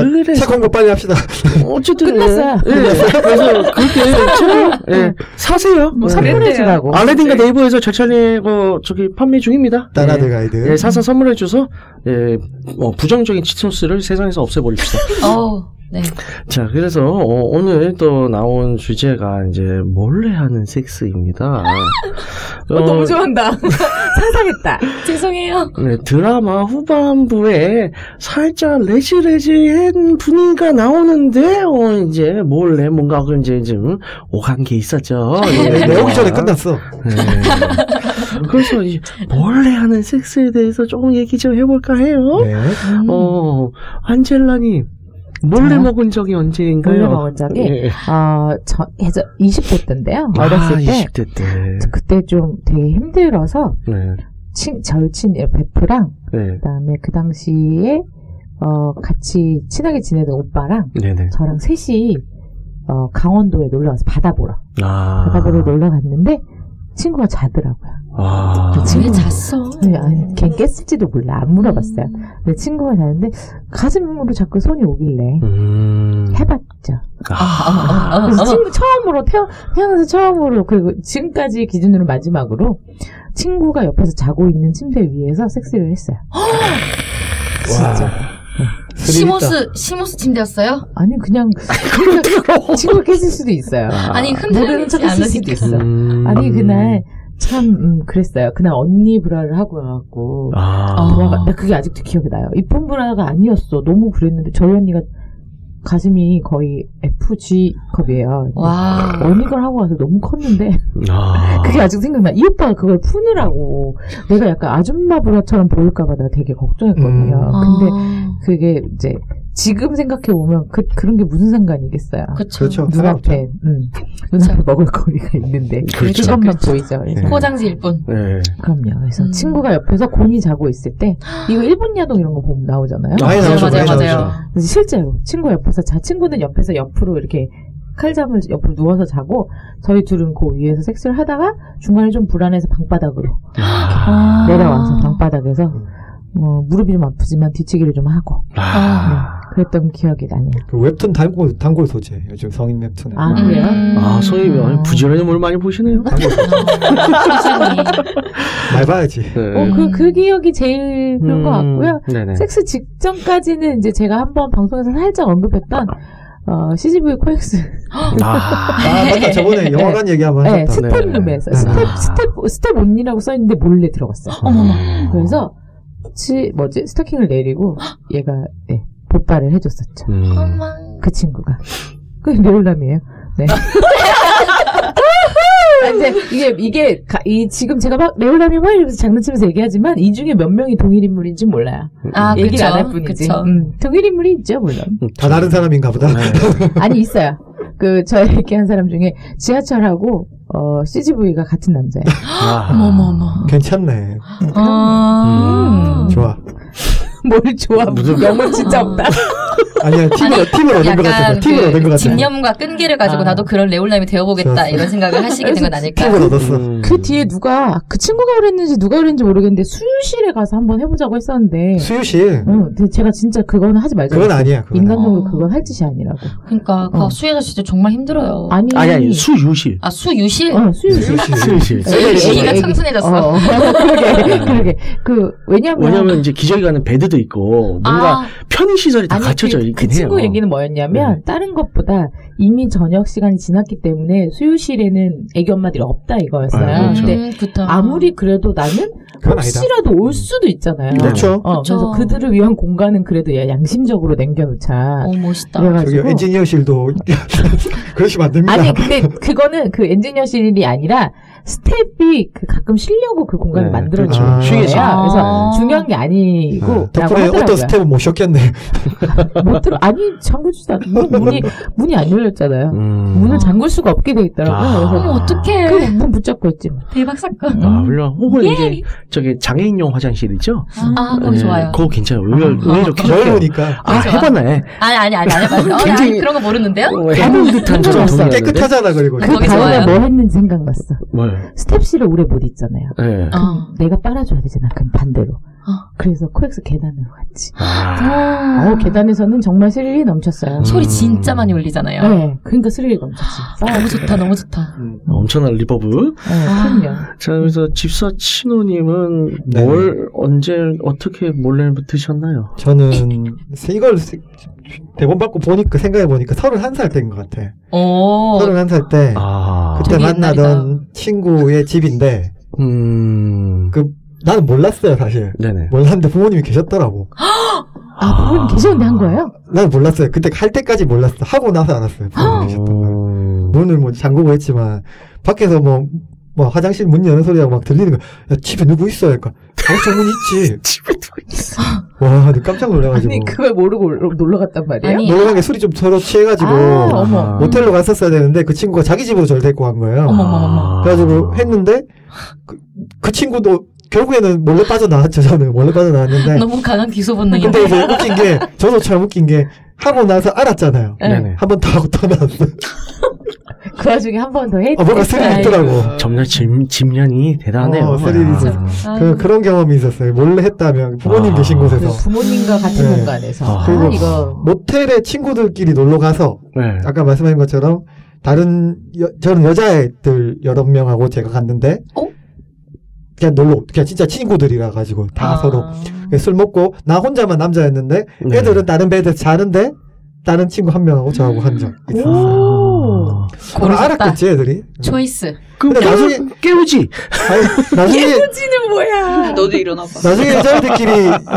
[SPEAKER 5] 차
[SPEAKER 2] 그래서
[SPEAKER 5] 광고 빨리 합시다.
[SPEAKER 2] 어쨌든
[SPEAKER 3] 끝났어요.
[SPEAKER 2] 예, 그래서 그렇게 제가 예, 사세요.
[SPEAKER 3] 뭐
[SPEAKER 2] 예.
[SPEAKER 3] 선물해주라고.
[SPEAKER 2] 알라딘과 네이버에서 절찬리 어, 저기 판매 중입니다.
[SPEAKER 5] 따라들
[SPEAKER 2] 예.
[SPEAKER 5] 가이드.
[SPEAKER 2] 예, 사서 선물해 줘서 예, 어, 부정적인 치토스를 세상에서 없애버립시다.
[SPEAKER 6] 어우, 네.
[SPEAKER 2] 자, 그래서 어, 오늘 또 나온 주제가 이제 몰래 하는 섹스입니다.
[SPEAKER 3] 어, 너무 좋아한다. 상상했다.
[SPEAKER 6] 죄송해요.
[SPEAKER 2] 네, 드라마 후반부에 살짝 레지레지한 분위기가 나오는데, 어, 이제 몰래 뭔가 그 이제 좀 오간 게 있었죠.
[SPEAKER 5] 네, 내 오기 전에 끝났어.
[SPEAKER 2] 네. 그래서 이 몰래 하는 어?
[SPEAKER 3] 네.
[SPEAKER 2] 섹스에 대해서 조금 얘기 좀 해볼까 해요.
[SPEAKER 5] 네.
[SPEAKER 2] 어, 안젤라님. 어, 몰래
[SPEAKER 3] 저요?
[SPEAKER 2] 먹은 적이 언제인가요?
[SPEAKER 3] 몰래 먹은 적이?
[SPEAKER 2] 예.
[SPEAKER 3] 어, 저, 예전 20대 때인데요.
[SPEAKER 2] 아,
[SPEAKER 3] 어렸을 때.
[SPEAKER 2] 20대 때.
[SPEAKER 3] 그때 좀 되게 힘들어서
[SPEAKER 2] 네.
[SPEAKER 3] 친, 절친 예, 베프랑
[SPEAKER 2] 네.
[SPEAKER 3] 그다음에 그 당시에 어, 같이 친하게 지내던 오빠랑
[SPEAKER 2] 네네.
[SPEAKER 3] 저랑 셋이 어, 강원도에 놀러 가서 바다 보러
[SPEAKER 2] 아.
[SPEAKER 3] 바다 보러 놀러 갔는데 친구가 자더라고요.
[SPEAKER 2] 아.
[SPEAKER 3] 그치?
[SPEAKER 6] 왜 잤어?
[SPEAKER 3] 네, 아니, 걔 깼을지도 몰라 안 물어봤어요. 근데 친구가 자는데 가슴으로 자꾸 손이 오길래
[SPEAKER 2] 음.
[SPEAKER 3] 해봤죠.
[SPEAKER 2] 아.
[SPEAKER 3] 그래서 친구 처음으로 태어, 태어나서 처음으로 그리고 지금까지 기준으로 마지막으로 친구가 옆에서 자고 있는 침대 위에서 섹스를 했어요. 진짜.
[SPEAKER 6] 시모스 시모스 침대였어요?
[SPEAKER 3] 아니 그냥 친구가, 친구가 깼을 수도 있어요.
[SPEAKER 6] 아니
[SPEAKER 3] 모르는
[SPEAKER 6] 흔들리지
[SPEAKER 3] 척 했을 수도
[SPEAKER 6] 않으니까.
[SPEAKER 3] 있어.
[SPEAKER 2] 음.
[SPEAKER 3] 아니 그날 참 음, 그랬어요. 그날 언니 브라를 하고 와갖고
[SPEAKER 2] 아.
[SPEAKER 6] 어.
[SPEAKER 3] 브라가 나 그게 아직도 기억이 나요. 이쁜 브라가 아니었어. 너무 그랬는데 저희 언니가 가슴이 거의 FG 컵이에요.
[SPEAKER 6] 와.
[SPEAKER 3] 언니 걸 하고 와서 너무 컸는데
[SPEAKER 2] 아.
[SPEAKER 3] 그게 아직 생각나. 이 오빠가 그걸 푸느라고 내가 약간 아줌마 브라처럼 보일까봐 내가 되게 걱정했거든요.
[SPEAKER 5] 음.
[SPEAKER 3] 어, 근데
[SPEAKER 6] 아,
[SPEAKER 3] 그게 이제 지금 생각해 보면 그 그런 게 무슨 상관이겠어요.
[SPEAKER 6] 그쵸.
[SPEAKER 5] 그렇죠.
[SPEAKER 3] 눈앞에 음, 눈앞에 먹을 거리가 있는데
[SPEAKER 2] 그렇죠.
[SPEAKER 3] 그것만 보이죠. 그래서
[SPEAKER 2] 네.
[SPEAKER 6] 포장지일 뿐.
[SPEAKER 2] 네.
[SPEAKER 3] 그럼요. 그래서
[SPEAKER 6] 음.
[SPEAKER 3] 친구가 옆에서 공이 자고 있을 때 이거 일본 야동 이런 거 보면 나오잖아요.
[SPEAKER 5] 많이
[SPEAKER 6] 네, 맞아요,
[SPEAKER 5] 나오죠,
[SPEAKER 6] 맞아요,
[SPEAKER 5] 많이 나오죠.
[SPEAKER 6] 맞아요.
[SPEAKER 3] 그래서 실제로 친구 옆에서 자 친구는 옆에서 옆으로 이렇게 칼잡을 옆으로 누워서 자고 저희 둘은 그 위에서 섹스를 하다가 중간에 좀 불안해서 방바닥으로
[SPEAKER 2] 아.
[SPEAKER 3] 내려와서 방바닥에서 어, 무릎이 좀 아프지만 뒤치기를 좀 하고
[SPEAKER 2] 아.
[SPEAKER 3] 그랬던 기억이 나네요.
[SPEAKER 5] 그 웹툰 단골, 단골 소재. 요즘 성인 웹툰에.
[SPEAKER 3] 아,
[SPEAKER 6] 음.
[SPEAKER 3] 그래요?
[SPEAKER 2] 아, 소위
[SPEAKER 3] 음. 어?
[SPEAKER 2] 부지런히 뭘 많이 보시네요.
[SPEAKER 5] 단골 소재.
[SPEAKER 6] 소장이.
[SPEAKER 5] 말 봐야지.
[SPEAKER 3] 어,
[SPEAKER 2] 네. 음.
[SPEAKER 3] 그, 그 기억이 제일 그런 것
[SPEAKER 5] 음.
[SPEAKER 3] 같고요.
[SPEAKER 2] 네네.
[SPEAKER 3] 섹스 직전까지는 이제 제가 한번 방송에서 살짝 언급했던 어, CGV 코엑스
[SPEAKER 2] 아.
[SPEAKER 5] 아, 맞다. 저번에 영화관 얘기 한번
[SPEAKER 3] 네,
[SPEAKER 5] 하셨다.
[SPEAKER 3] 스텝룸에서
[SPEAKER 5] 네. 아.
[SPEAKER 3] 스텝
[SPEAKER 2] 아.
[SPEAKER 3] 스텝 스텝 온이라고 써 있는데 몰래 들어갔어요.
[SPEAKER 2] 어머머.
[SPEAKER 3] 그래서 치 뭐지 스타킹을 내리고 얘가 네, 복발을 해줬었죠.
[SPEAKER 2] 음.
[SPEAKER 6] 엄마.
[SPEAKER 3] 그 친구가 그게 놀람이에요. 네. 아, 근데 이게 이게 가- 이 지금 제가 막 레올람이 막 이러면서 장난치면서 얘기하지만 이 중에 몇 명이 동일 인물인지 몰라요.
[SPEAKER 6] 아,
[SPEAKER 2] 네.
[SPEAKER 3] 얘기를 안
[SPEAKER 6] 그쵸.
[SPEAKER 3] 할 뿐이지.
[SPEAKER 6] 그쵸.
[SPEAKER 3] 음, 동일 인물이 있죠 물론.
[SPEAKER 5] 다 다른 사람인가
[SPEAKER 3] 그-
[SPEAKER 5] 보다.
[SPEAKER 2] 네.
[SPEAKER 3] 아니 있어요. 그 저희 얘기한 사람 중에 지하철하고 어, CGV가 같은 남자예요.
[SPEAKER 2] 아.
[SPEAKER 6] 어머머머.
[SPEAKER 5] 괜찮네.
[SPEAKER 6] 아.
[SPEAKER 2] 음.
[SPEAKER 5] 좋아.
[SPEAKER 3] 뭘 좋아? 무슨 영혼 진짜
[SPEAKER 5] 아,
[SPEAKER 3] 없다.
[SPEAKER 5] 아니야, 팀을,
[SPEAKER 6] 아니,
[SPEAKER 5] 팀을 얻은 것 같아.
[SPEAKER 6] 약간
[SPEAKER 5] 팀을 얻은 것
[SPEAKER 6] 그
[SPEAKER 5] 같아.
[SPEAKER 6] 집념과 끈기를 가지고
[SPEAKER 3] 아.
[SPEAKER 6] 나도 그런 레올남이 되어보겠다
[SPEAKER 5] 좋았어.
[SPEAKER 6] 이런 생각을 하시게 된 건 아닐까.
[SPEAKER 5] 팀을 얻었어.
[SPEAKER 2] 음.
[SPEAKER 3] 그 뒤에 누가 그 친구가 그랬는지 누가 그랬는지 모르겠는데 수유실에 가서 한번 해보자고 했었는데.
[SPEAKER 5] 음. 수유씨.
[SPEAKER 3] 응, 근데 제가 진짜 그거는 하지 말자.
[SPEAKER 5] 그건 아니야. 그건 아니야.
[SPEAKER 3] 인간적으로
[SPEAKER 6] 아니야.
[SPEAKER 3] 그건 할 짓이 아니라고.
[SPEAKER 6] 그러니까 그
[SPEAKER 3] 어.
[SPEAKER 6] 수혜자 씨도 정말 힘들어요.
[SPEAKER 3] 아니.
[SPEAKER 2] 아니, 아니, 수유실.
[SPEAKER 6] 아 수유실?
[SPEAKER 3] 어, 수유실.
[SPEAKER 5] 수유씨.
[SPEAKER 2] 수유실. 네,
[SPEAKER 6] 애기가
[SPEAKER 3] 애기.
[SPEAKER 6] 청순해졌어.
[SPEAKER 3] 어, 그러게, 그러게. 그, 왜냐면.
[SPEAKER 2] 왜냐면 이제 기저귀 가는 베드도 있고, 뭔가
[SPEAKER 6] 아,
[SPEAKER 2] 편의 시설이 다
[SPEAKER 3] 아니,
[SPEAKER 2] 갖춰져
[SPEAKER 3] 그,
[SPEAKER 2] 있긴
[SPEAKER 3] 그
[SPEAKER 2] 해요.
[SPEAKER 3] 친구 얘기는 뭐였냐면, 다른 것보다 이미 저녁 시간이 지났기 때문에 수유실에는 애기 엄마들이 없다 이거였어요.
[SPEAKER 2] 아, 그렇죠.
[SPEAKER 3] 근데
[SPEAKER 6] 음, 그렇다.
[SPEAKER 3] 아무리 그래도 나는
[SPEAKER 5] 그건 아니다.
[SPEAKER 3] 혹시라도 올 수도 있잖아요.
[SPEAKER 5] 그렇죠.
[SPEAKER 3] 어, 그래서
[SPEAKER 6] 그쵸.
[SPEAKER 3] 그들을 위한 공간은 그래도 야- 양심적으로 남겨놓자.
[SPEAKER 6] 어 멋있다.
[SPEAKER 5] 저기
[SPEAKER 3] 그래가지고.
[SPEAKER 5] 엔지니어실도 그러시면 안 됩니다.
[SPEAKER 3] 아니 근데 그거는 그 엔지니어실이 아니라 스텝이 그 가끔 쉬려고 그 공간을
[SPEAKER 2] 네,
[SPEAKER 3] 만들어
[SPEAKER 5] 그렇죠.
[SPEAKER 3] 주는 거예요.
[SPEAKER 2] 쉬게
[SPEAKER 6] 해서.
[SPEAKER 3] 그래서
[SPEAKER 6] 아.
[SPEAKER 3] 중요한 게 아니고
[SPEAKER 5] 네.
[SPEAKER 3] 라고
[SPEAKER 5] 덕분에
[SPEAKER 3] 하더라고요.
[SPEAKER 5] 어떤 스텝은 못 쉬었겠네.
[SPEAKER 3] 못 들어 아니 잠그지도 않고 문이 문이 안 열렸잖아요.
[SPEAKER 2] 음.
[SPEAKER 3] 문을 잠글 수가 없게 돼 있더라고요.
[SPEAKER 2] 아.
[SPEAKER 3] 그래서
[SPEAKER 6] 어머 어떡해.
[SPEAKER 3] 그 문 붙잡고 있지. 뭐.
[SPEAKER 6] 대박 사건.
[SPEAKER 2] 아, 훌륭.
[SPEAKER 3] 예.
[SPEAKER 2] 혹은 이제, 저기, 장애인용 화장실 있죠? 예.
[SPEAKER 6] 아
[SPEAKER 2] 어,
[SPEAKER 6] 그거 좋아요.
[SPEAKER 2] 네. 그거 괜찮아요. 의외, 의외로 괜찮아요.
[SPEAKER 5] 넓으니까
[SPEAKER 2] 아,
[SPEAKER 6] 그죠?
[SPEAKER 2] 해봤네.
[SPEAKER 6] 아니 아니 아니 안 해봤어요. 어, 나
[SPEAKER 2] 굉장히-
[SPEAKER 6] 그런 거 모르는데요?
[SPEAKER 3] 어, 예.
[SPEAKER 2] 해본 듯한 저런 동의.
[SPEAKER 5] 깨끗하잖아 그리고.
[SPEAKER 3] 그
[SPEAKER 6] 거기
[SPEAKER 3] 다음에
[SPEAKER 6] 좋아요.
[SPEAKER 3] 뭐 했는지 생각났어.
[SPEAKER 2] 뭘.
[SPEAKER 3] 스텝실에 오래 못 있잖아요.
[SPEAKER 2] 예.
[SPEAKER 6] 어.
[SPEAKER 3] 내가 빨아줘야 되잖아. 그럼 반대로.
[SPEAKER 6] 어.
[SPEAKER 3] 그래서 코엑스 계단으로 갔지.
[SPEAKER 2] 아.
[SPEAKER 3] 어 계단에서는 정말 스릴이 넘쳤어요.
[SPEAKER 6] 소리 진짜 많이 울리잖아요. 아,
[SPEAKER 3] 네, 그러니까 스릴이 넘쳤지.
[SPEAKER 6] 너무 좋다 너무 좋다.
[SPEAKER 3] 음.
[SPEAKER 2] 엄청난 리버브.
[SPEAKER 6] 아.
[SPEAKER 3] 네, 그럼요.
[SPEAKER 2] 자, 그래서 집사 친호님은
[SPEAKER 5] 네.
[SPEAKER 2] 뭘, 언제, 어떻게 몰래 드셨나요?
[SPEAKER 5] 저는 이걸 세- 대본 받고 보니까 생각해 보니까 서른 한살 때인 것 같아.
[SPEAKER 3] 어.
[SPEAKER 6] 오.
[SPEAKER 5] 서른 한살 때
[SPEAKER 2] 아.
[SPEAKER 5] 네. 그때
[SPEAKER 6] 되게
[SPEAKER 5] 만나던 친구의 집인데
[SPEAKER 2] 음.
[SPEAKER 5] 나는 몰랐어요 사실.
[SPEAKER 2] 네네.
[SPEAKER 5] 몰랐는데 부모님이 계셨더라고.
[SPEAKER 3] 아, 부모님 계셨는데 한 거예요?
[SPEAKER 5] 나는 몰랐어요. 그때 할 때까지 몰랐어. 하고 나서 알았어요.
[SPEAKER 3] 아.
[SPEAKER 5] 부모님이 계셨던 걸.
[SPEAKER 2] 음.
[SPEAKER 5] 문을 뭐 잠그고 했지만 밖에서 뭐, 뭐 화장실 문 여는 소리가 막 들리는 거야. 야, 집에 누구 있어? 그러니까 어저 문 있지.
[SPEAKER 2] 집에 두고 있어.
[SPEAKER 3] 알았어.
[SPEAKER 5] 와, 근데 깜짝 놀라가지고.
[SPEAKER 3] 아니 그걸 모르고 놀러- 놀러 갔단 말이에요?
[SPEAKER 6] 아니,
[SPEAKER 5] 놀러 간게 술이 좀 서로 취해가지고
[SPEAKER 3] 아, 어머.
[SPEAKER 2] 아.
[SPEAKER 5] 모텔로 갔었어야 되는데 그 친구가 자기 집으로 저를 데리고 간 거예요.
[SPEAKER 3] 어머, 아. 어머,
[SPEAKER 2] 아.
[SPEAKER 3] 어머.
[SPEAKER 5] 그래가지고 했는데 그, 그 친구도 결국에는 몰래 빠져나왔죠. 저는 몰래 빠져나왔는데
[SPEAKER 6] 너무 강한 기소 본능이
[SPEAKER 5] 근데 이제 웃긴 게 저도 참 웃긴 게 하고 나서 알았잖아요.
[SPEAKER 3] 네.
[SPEAKER 2] 네네.
[SPEAKER 5] 한 번 더 하고 떠나왔어요.
[SPEAKER 3] 그 와중에 한 번 더 해.
[SPEAKER 5] 아, 뭔가 스릴이
[SPEAKER 6] 예.
[SPEAKER 5] 있더라고.
[SPEAKER 2] 점령 집, 집년이 대단하네요.
[SPEAKER 5] 어, 스릴이 있어요.
[SPEAKER 6] 아.
[SPEAKER 5] 그, 그런 경험이 있었어요. 몰래 했다면 부모님
[SPEAKER 2] 아.
[SPEAKER 5] 계신
[SPEAKER 3] 그
[SPEAKER 5] 곳에서
[SPEAKER 6] 그렇죠.
[SPEAKER 3] 부모님과 같은
[SPEAKER 5] 네.
[SPEAKER 3] 공간에서
[SPEAKER 2] 아,
[SPEAKER 3] 아,
[SPEAKER 5] 그리고-
[SPEAKER 3] 이거
[SPEAKER 5] 모텔에 친구들끼리 놀러 가서
[SPEAKER 2] 네.
[SPEAKER 5] 아까 말씀하신 것처럼 다른 여, 저는 여자애들 여러 명하고 제가 갔는데
[SPEAKER 6] 어?
[SPEAKER 5] 그냥 놀러 그냥 진짜 친구들이라 가지고 다
[SPEAKER 6] 아.
[SPEAKER 5] 서로 그냥 술 먹고 나 혼자만 남자였는데
[SPEAKER 2] 네.
[SPEAKER 5] 애들은 다른 배에서 자는데 다른 친구 한 명하고 저하고 한 적 있었어.
[SPEAKER 3] 오.
[SPEAKER 5] 아마
[SPEAKER 6] 고르셨다.
[SPEAKER 5] 알았겠지 애들이.
[SPEAKER 6] 초이스.
[SPEAKER 2] 그
[SPEAKER 5] 근데
[SPEAKER 2] 깨우,
[SPEAKER 5] 나중에-
[SPEAKER 2] 깨우지.
[SPEAKER 5] 아니, 나중에
[SPEAKER 7] 너도
[SPEAKER 4] 아,
[SPEAKER 7] 일어나봐.
[SPEAKER 5] 나중에 여자애들끼리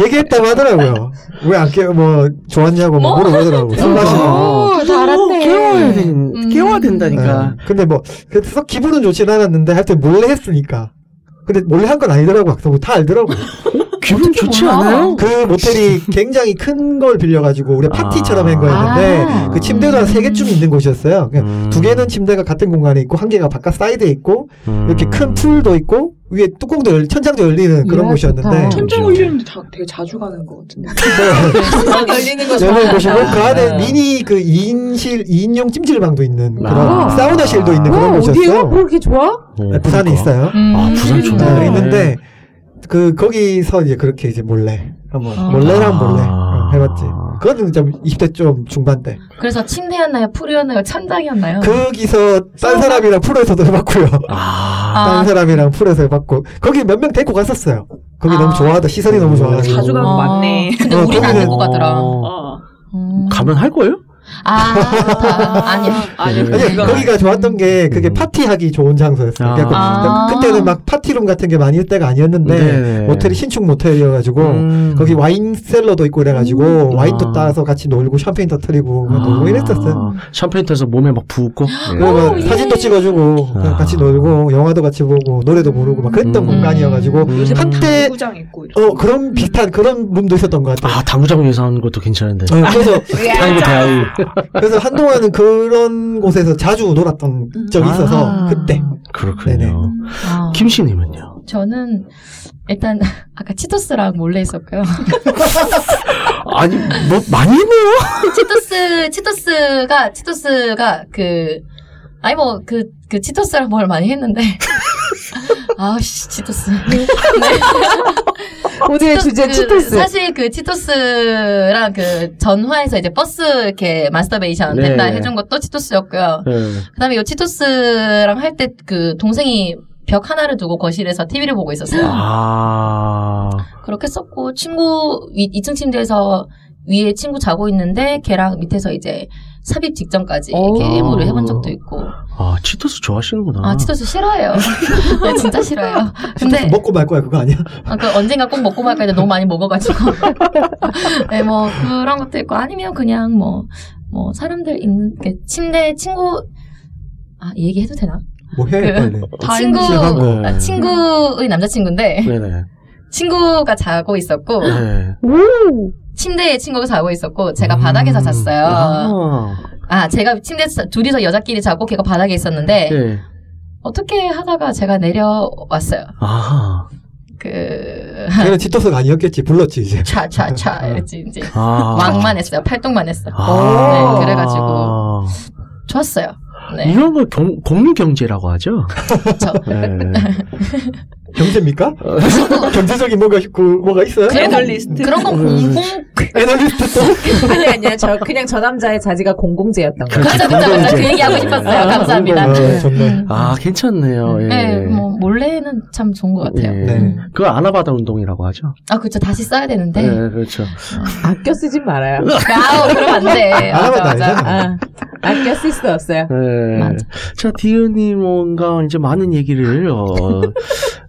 [SPEAKER 5] 얘기했다고 하더라고요. 왜 안 깨워 뭐 좋았냐고 막
[SPEAKER 6] 뭐?
[SPEAKER 5] 물어보더라고. 술
[SPEAKER 3] 그러니까.
[SPEAKER 5] 마시고.
[SPEAKER 2] 어,
[SPEAKER 3] 다 알았네.
[SPEAKER 2] 깨워야 되, 깨워야 된다니까.
[SPEAKER 5] 네. 근데 뭐 그래서 기분은 좋진 않았는데 하여튼 몰래 했으니까. 근데 몰래 한 건 아니더라고 학생부 다 알더라고.
[SPEAKER 2] 어, 기분 좋지 않아요?
[SPEAKER 5] 그 모텔이 굉장히 큰 걸 빌려가지고 우리 파티처럼 한 거였는데
[SPEAKER 3] 아.
[SPEAKER 5] 그 침대도 한 세 개쯤 있는 곳이었어요. 그냥
[SPEAKER 2] 음.
[SPEAKER 5] 두 개는 침대가 같은 공간에 있고 한 개가 바깥 사이드에 있고
[SPEAKER 2] 음.
[SPEAKER 5] 이렇게 큰 풀도 있고 위에 뚜껑도 열 천장도 열리는 그런
[SPEAKER 3] 이야,
[SPEAKER 5] 곳이었는데 네.
[SPEAKER 3] 좋다.
[SPEAKER 7] 천장 올리는데 다 되게 자주 가는 것 같은데.
[SPEAKER 6] 천장 열리는 거
[SPEAKER 5] 열린 곳이고
[SPEAKER 6] 좋아한다.
[SPEAKER 5] 그 안에 미니 그 2인실 2인용 찜질방도 있는 그런
[SPEAKER 2] 아.
[SPEAKER 5] 사우나실도 있는
[SPEAKER 3] 와 어디에요? 뭐
[SPEAKER 5] 그런 곳이었어요. 네,
[SPEAKER 3] 이렇게 좋아?
[SPEAKER 2] 어,
[SPEAKER 5] 부산에
[SPEAKER 2] 그러니까.
[SPEAKER 5] 있어요.
[SPEAKER 6] 음.
[SPEAKER 2] 아, 부산 좋네.
[SPEAKER 5] 네,
[SPEAKER 2] 음.
[SPEAKER 5] 있는데 그 거기서 이제 그렇게 이제 몰래 한번
[SPEAKER 6] 아.
[SPEAKER 5] 몰래랑 몰래
[SPEAKER 2] 아.
[SPEAKER 5] 어, 해봤지. 그거는 좀 20대 좀 중반 때.
[SPEAKER 6] 그래서 침대였나요? 풀이었나요? 천장이었나요?
[SPEAKER 5] 그, 거기서 딴 사람이랑 풀에서도 해봤고요.
[SPEAKER 2] 아.
[SPEAKER 5] 딴
[SPEAKER 6] 아,
[SPEAKER 5] 사람이랑 풀에서 해봤고 거기 몇 명 데리고 갔었어요. 거기
[SPEAKER 6] 아.
[SPEAKER 5] 너무 좋아하다 시설이 너무 좋아가지고
[SPEAKER 7] 자주 가는 거
[SPEAKER 6] 어.
[SPEAKER 7] 맞네.
[SPEAKER 6] 근데
[SPEAKER 5] 어,
[SPEAKER 6] 우린 안
[SPEAKER 5] 거기는-
[SPEAKER 6] 들고 가더라.
[SPEAKER 7] 어.
[SPEAKER 6] 음.
[SPEAKER 2] 가면 할 거예요?
[SPEAKER 6] 아, 다- 아니야.
[SPEAKER 7] 아니,
[SPEAKER 2] 아니,
[SPEAKER 5] 네. 아니,
[SPEAKER 7] 그거
[SPEAKER 5] 거기가 좋았던 게 그게
[SPEAKER 2] 음.
[SPEAKER 5] 파티하기 좋은 장소였어요.
[SPEAKER 2] 아.
[SPEAKER 5] 그래갖고
[SPEAKER 6] 아.
[SPEAKER 5] 그때는 막 파티룸 같은 게 많이 때가 아니었는데
[SPEAKER 2] 네네.
[SPEAKER 5] 모텔이 신축 모텔이어가지고
[SPEAKER 2] 음.
[SPEAKER 5] 거기 와인 셀러도 있고 이래가지고 와인도
[SPEAKER 2] 아.
[SPEAKER 5] 따서 같이 놀고 샴페인 터트리고
[SPEAKER 2] 아.
[SPEAKER 5] 놀고 뭐 이랬었어요.
[SPEAKER 2] 샴페인 타서 몸에 막 부었고. 네.
[SPEAKER 5] 그리고
[SPEAKER 2] 예.
[SPEAKER 5] 막 사진도 찍어주고 그냥
[SPEAKER 2] 아.
[SPEAKER 5] 같이 놀고 영화도 같이 보고 노래도 부르고 막 그랬던
[SPEAKER 2] 음.
[SPEAKER 5] 공간이어가지고
[SPEAKER 2] 음.
[SPEAKER 7] 요새
[SPEAKER 5] 한때
[SPEAKER 7] 구장 있고 이런.
[SPEAKER 5] 어 그런 비슷한 그런 룸도 있었던 것 같아요.
[SPEAKER 2] 아, 당구장 위에서 하는 것도 괜찮은데.
[SPEAKER 5] 어, 그래서
[SPEAKER 2] 당구 대하위.
[SPEAKER 5] 그래서 한동안은 그런 곳에서 자주 놀았던 적이 있어서
[SPEAKER 2] 아.
[SPEAKER 5] 그때
[SPEAKER 2] 그렇군요.
[SPEAKER 5] 네네.
[SPEAKER 6] 아,
[SPEAKER 2] 김씨님은요?
[SPEAKER 6] 저는 일단 아까 치토스랑 몰래 했었고요.
[SPEAKER 2] 아니, 뭐, 많이 했네요?
[SPEAKER 6] 그 치토스, 치토스가, 치토스가 그, 아니 뭐, 그, 그 치토스랑 뭘 많이 했는데. 아우씨, 치토스.
[SPEAKER 7] 아,
[SPEAKER 3] 오늘의 주제
[SPEAKER 6] 그
[SPEAKER 3] 치토스.
[SPEAKER 6] 사실 그 치토스랑 그 전화에서 이제 버스 이렇게 마스터베이션
[SPEAKER 2] 네.
[SPEAKER 6] 된다 해준 것도 치토스였고요. 그 다음에 요 치토스랑 할 때 그 동생이 벽 하나를 두고 거실에서 TV를 보고 있었어요.
[SPEAKER 2] 아.
[SPEAKER 6] 그렇게 썼고 친구 위, 2층 침대에서 위에 친구 자고 있는데 걔랑 밑에서 이제 삽입 직전까지
[SPEAKER 3] 오.
[SPEAKER 6] 게임을 해본 적도 있고
[SPEAKER 2] 아, 치토스 좋아하시는구나.
[SPEAKER 6] 아 치토스 싫어해요 네, 진짜 싫어요 근데
[SPEAKER 5] 먹고 말 거야 그거 아니야?
[SPEAKER 6] 아, 그 언젠가 꼭 먹고 말까 했는데 너무 많이 먹어가지고 네 뭐 그런 것도 있고 아니면 그냥 뭐 뭐 사람들 있는 그 침대 친구 아 얘기해도 되나
[SPEAKER 5] 뭐 해
[SPEAKER 2] 네.
[SPEAKER 6] 그-
[SPEAKER 5] 빨리.
[SPEAKER 2] 어,
[SPEAKER 6] 친구
[SPEAKER 5] 시작한 거.
[SPEAKER 6] 아, 친구의 남자친구인데
[SPEAKER 2] 네네.
[SPEAKER 6] 친구가 자고 있었고
[SPEAKER 2] 네.
[SPEAKER 6] 침대에 친구가 자고 있었고 제가
[SPEAKER 2] 음.
[SPEAKER 6] 바닥에서 잤어요. 아,
[SPEAKER 2] 아.
[SPEAKER 6] 제가 침대에서 자- 둘이서 여자끼리 자고 걔가 바닥에 있었는데
[SPEAKER 2] 네.
[SPEAKER 6] 어떻게 하다가 제가 내려왔어요.
[SPEAKER 2] 아.
[SPEAKER 6] 그
[SPEAKER 5] 아, 걔는 치토스가 아니었겠지 불렀지 이제.
[SPEAKER 6] 차차차 이랬지 이제
[SPEAKER 2] 아.
[SPEAKER 6] 왕만 했어요. 팔뚝만 했어.
[SPEAKER 2] 아.
[SPEAKER 6] 네, 그래가지고. 좋았어요. 네.
[SPEAKER 2] 이런 걸 경, 공유 경제라고 하죠?
[SPEAKER 6] 저-
[SPEAKER 2] 네. 어.
[SPEAKER 5] 경제입니까? 경제적인 뭐가 있고 뭐가 있어요?
[SPEAKER 4] 네?
[SPEAKER 6] 그런 거-
[SPEAKER 7] 애널리스트.
[SPEAKER 6] 그런
[SPEAKER 5] 네.
[SPEAKER 6] 건 공공
[SPEAKER 5] 애널리스트 또
[SPEAKER 3] 아니 아니야 저 그냥 저 남자의 자제가 공공재였던 거.
[SPEAKER 6] 그렇죠 그렇죠 그렇죠 그 얘기 하고 싶었어요. 감사합니다.
[SPEAKER 5] 아, 좋네.
[SPEAKER 6] 음.
[SPEAKER 2] 아, 괜찮네요. 예.
[SPEAKER 6] 네, 뭐 몰래는 참 좋은 것 같아요.
[SPEAKER 2] 예.
[SPEAKER 5] 네.
[SPEAKER 2] 그 아나바다 운동이라고 하죠.
[SPEAKER 6] 아 그렇죠 다시 써야 되는데.
[SPEAKER 5] 네.
[SPEAKER 2] 예, 그렇죠.
[SPEAKER 3] 아껴 쓰진 말아요.
[SPEAKER 5] 그-
[SPEAKER 6] 아우 그럼 안 돼.
[SPEAKER 5] 안 하면
[SPEAKER 6] 맞아 맞아.
[SPEAKER 5] 나이잖아.
[SPEAKER 3] 아, 아껴 쓸 수도 없어요.
[SPEAKER 2] 예.
[SPEAKER 6] 맞아.
[SPEAKER 2] 자, 디은님 뭔가 이제 많은 얘기를 어,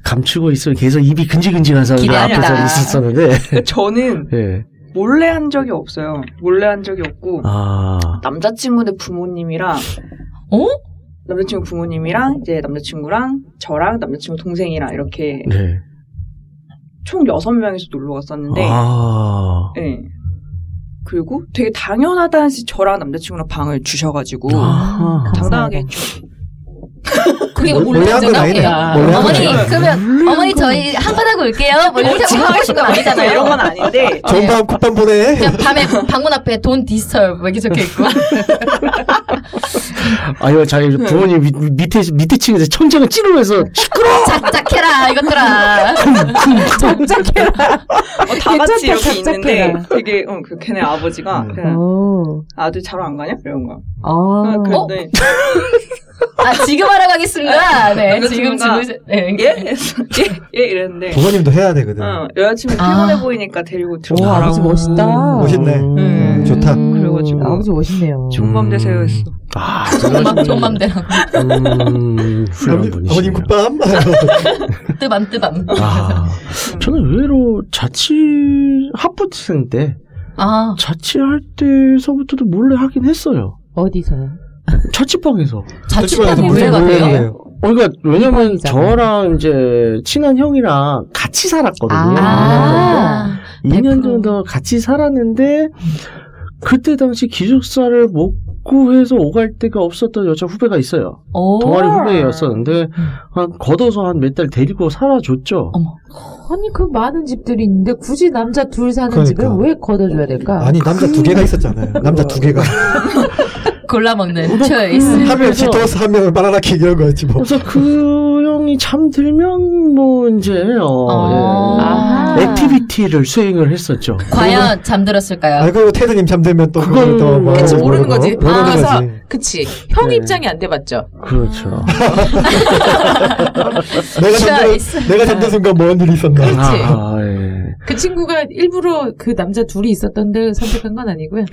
[SPEAKER 2] 감추고 있어 계속 입이 근질근질해서 이제
[SPEAKER 6] 기대한다.
[SPEAKER 2] 앞에서 있었었는데.
[SPEAKER 7] 저는
[SPEAKER 2] 예.
[SPEAKER 7] 몰래 한 적이 없어요. 몰래 한 적이 없고
[SPEAKER 2] 아.
[SPEAKER 7] 남자친구네 부모님이랑
[SPEAKER 6] 어?
[SPEAKER 7] 남자친구 부모님이랑 이제 남자친구랑 저랑 남자친구 동생이랑 이렇게
[SPEAKER 2] 네.
[SPEAKER 7] 총 6명이서 놀러 갔었는데
[SPEAKER 4] 네.
[SPEAKER 2] 아.
[SPEAKER 7] 예. 그리고 되게 당연하다는 듯이 저랑 남자친구랑 방을 주셔가지고
[SPEAKER 2] 아.
[SPEAKER 7] 당당하게
[SPEAKER 6] 그게
[SPEAKER 5] 몰- 몰래 뭐 한건 아니네. 몰래 한건
[SPEAKER 6] 어머니
[SPEAKER 5] 아니네.
[SPEAKER 6] 그러면 어머니 저희 한판 하고 올게요. 뭐 이렇게 하고 하신 건 아니잖아요.
[SPEAKER 7] 이런 건 아닌데
[SPEAKER 5] 좋은 밤 굿밤 보내.
[SPEAKER 6] 그냥 밤에 방문 앞에 돈 디스터브 이렇게 적혀 있고
[SPEAKER 2] 아, 이거 자기 부모님 밑, 밑에, 밑에 층에서 천장을 찌르면서
[SPEAKER 6] 작작해라 이것들아.
[SPEAKER 7] 어, 다 같이
[SPEAKER 4] 괜찮다,
[SPEAKER 7] 이렇게 있는데
[SPEAKER 4] 괜찮다.
[SPEAKER 7] 되게 어, 그 걔네 아버지가
[SPEAKER 2] 음.
[SPEAKER 3] 어,
[SPEAKER 7] 그냥
[SPEAKER 3] 오.
[SPEAKER 7] 아들 자러 안 가냐 이런 거.
[SPEAKER 3] 어.
[SPEAKER 7] 아, 그런데
[SPEAKER 6] 아 지금 하러 가겠습니다. 네 지금
[SPEAKER 7] 남자친구가-
[SPEAKER 6] 지금 이제- 네.
[SPEAKER 7] 예? 예? 예? 이랬는데
[SPEAKER 5] 부모님도 해야 되거든.
[SPEAKER 7] 어, 여자친구
[SPEAKER 6] 아.
[SPEAKER 7] 피곤해 보이니까 데리고
[SPEAKER 5] 와,
[SPEAKER 7] 들어가라고
[SPEAKER 3] 아버지 멋있다.
[SPEAKER 5] 멋있네.
[SPEAKER 7] 음.
[SPEAKER 5] 좋다.
[SPEAKER 7] 그래가지고.
[SPEAKER 3] 아버지 멋있네요.
[SPEAKER 7] 존밤 되세요 했어.
[SPEAKER 2] 아,
[SPEAKER 6] 존맘 존맘대로
[SPEAKER 2] 음, 훌륭한 분이시네요.
[SPEAKER 5] 아버님 굿밤.
[SPEAKER 6] 뜨밤 뜨밤.
[SPEAKER 2] 아, 저는 의외로 자취 학부생 때
[SPEAKER 6] 아
[SPEAKER 2] 자취할 때서부터도 몰래 하긴 했어요.
[SPEAKER 3] 어디서요?
[SPEAKER 2] 자취방에서.
[SPEAKER 6] 자취방이
[SPEAKER 5] 무슨
[SPEAKER 6] 문제가
[SPEAKER 5] 놀래요?
[SPEAKER 6] 돼요?
[SPEAKER 2] 어, 그러니까 왜냐면
[SPEAKER 3] 대박이잖아요.
[SPEAKER 2] 저랑 이제 친한 형이랑 같이 살았거든요.
[SPEAKER 6] 아
[SPEAKER 2] 2년
[SPEAKER 6] 100%.
[SPEAKER 2] 정도 같이 살았는데 그때 당시 기숙사를 못 구해서 오갈 데가 없었던 여자 후배가 있어요.
[SPEAKER 6] 오.
[SPEAKER 2] 동아리 후배였었는데 한 걷어서 한 몇 달 데리고 살아줬죠.
[SPEAKER 3] 아니 그 많은 집들이 있는데 굳이 남자 둘 사는
[SPEAKER 5] 그러니까.
[SPEAKER 3] 집을 왜 걷어줘야 될까?
[SPEAKER 5] 네. 아니 남자 두 개가 있었잖아요. 남자 두 개가
[SPEAKER 6] 골라 먹는 초이스.
[SPEAKER 5] 한
[SPEAKER 2] 그래서-
[SPEAKER 5] 명씩 도스 한 명을 바나나킥 이런 거였지 뭐.
[SPEAKER 2] 그래서 그 형이 잠들면 뭐 이제 어,
[SPEAKER 6] 아.
[SPEAKER 2] 예. 액티비티를 수행을 했었죠.
[SPEAKER 6] 과연 잠들었을까요?
[SPEAKER 5] 아 그리고 테드님 잠들면 또
[SPEAKER 2] 그건-
[SPEAKER 5] 그걸 또 뭐-
[SPEAKER 2] 그치,
[SPEAKER 5] 모르는
[SPEAKER 2] 모르는 거지.
[SPEAKER 5] 거, 모르는
[SPEAKER 3] 방에서
[SPEAKER 5] 거지.
[SPEAKER 3] 아, 그치 형
[SPEAKER 2] 네.
[SPEAKER 3] 입장이 안 돼봤죠.
[SPEAKER 2] 그렇죠.
[SPEAKER 5] 내가 잠든
[SPEAKER 6] 있어.
[SPEAKER 5] 내가 잠든 순간 뭔 일이 있었나.
[SPEAKER 3] 그치.
[SPEAKER 2] 아, 예.
[SPEAKER 3] 그 친구가 일부러 그 남자 둘이 있었던데 선택한 건 아니고요.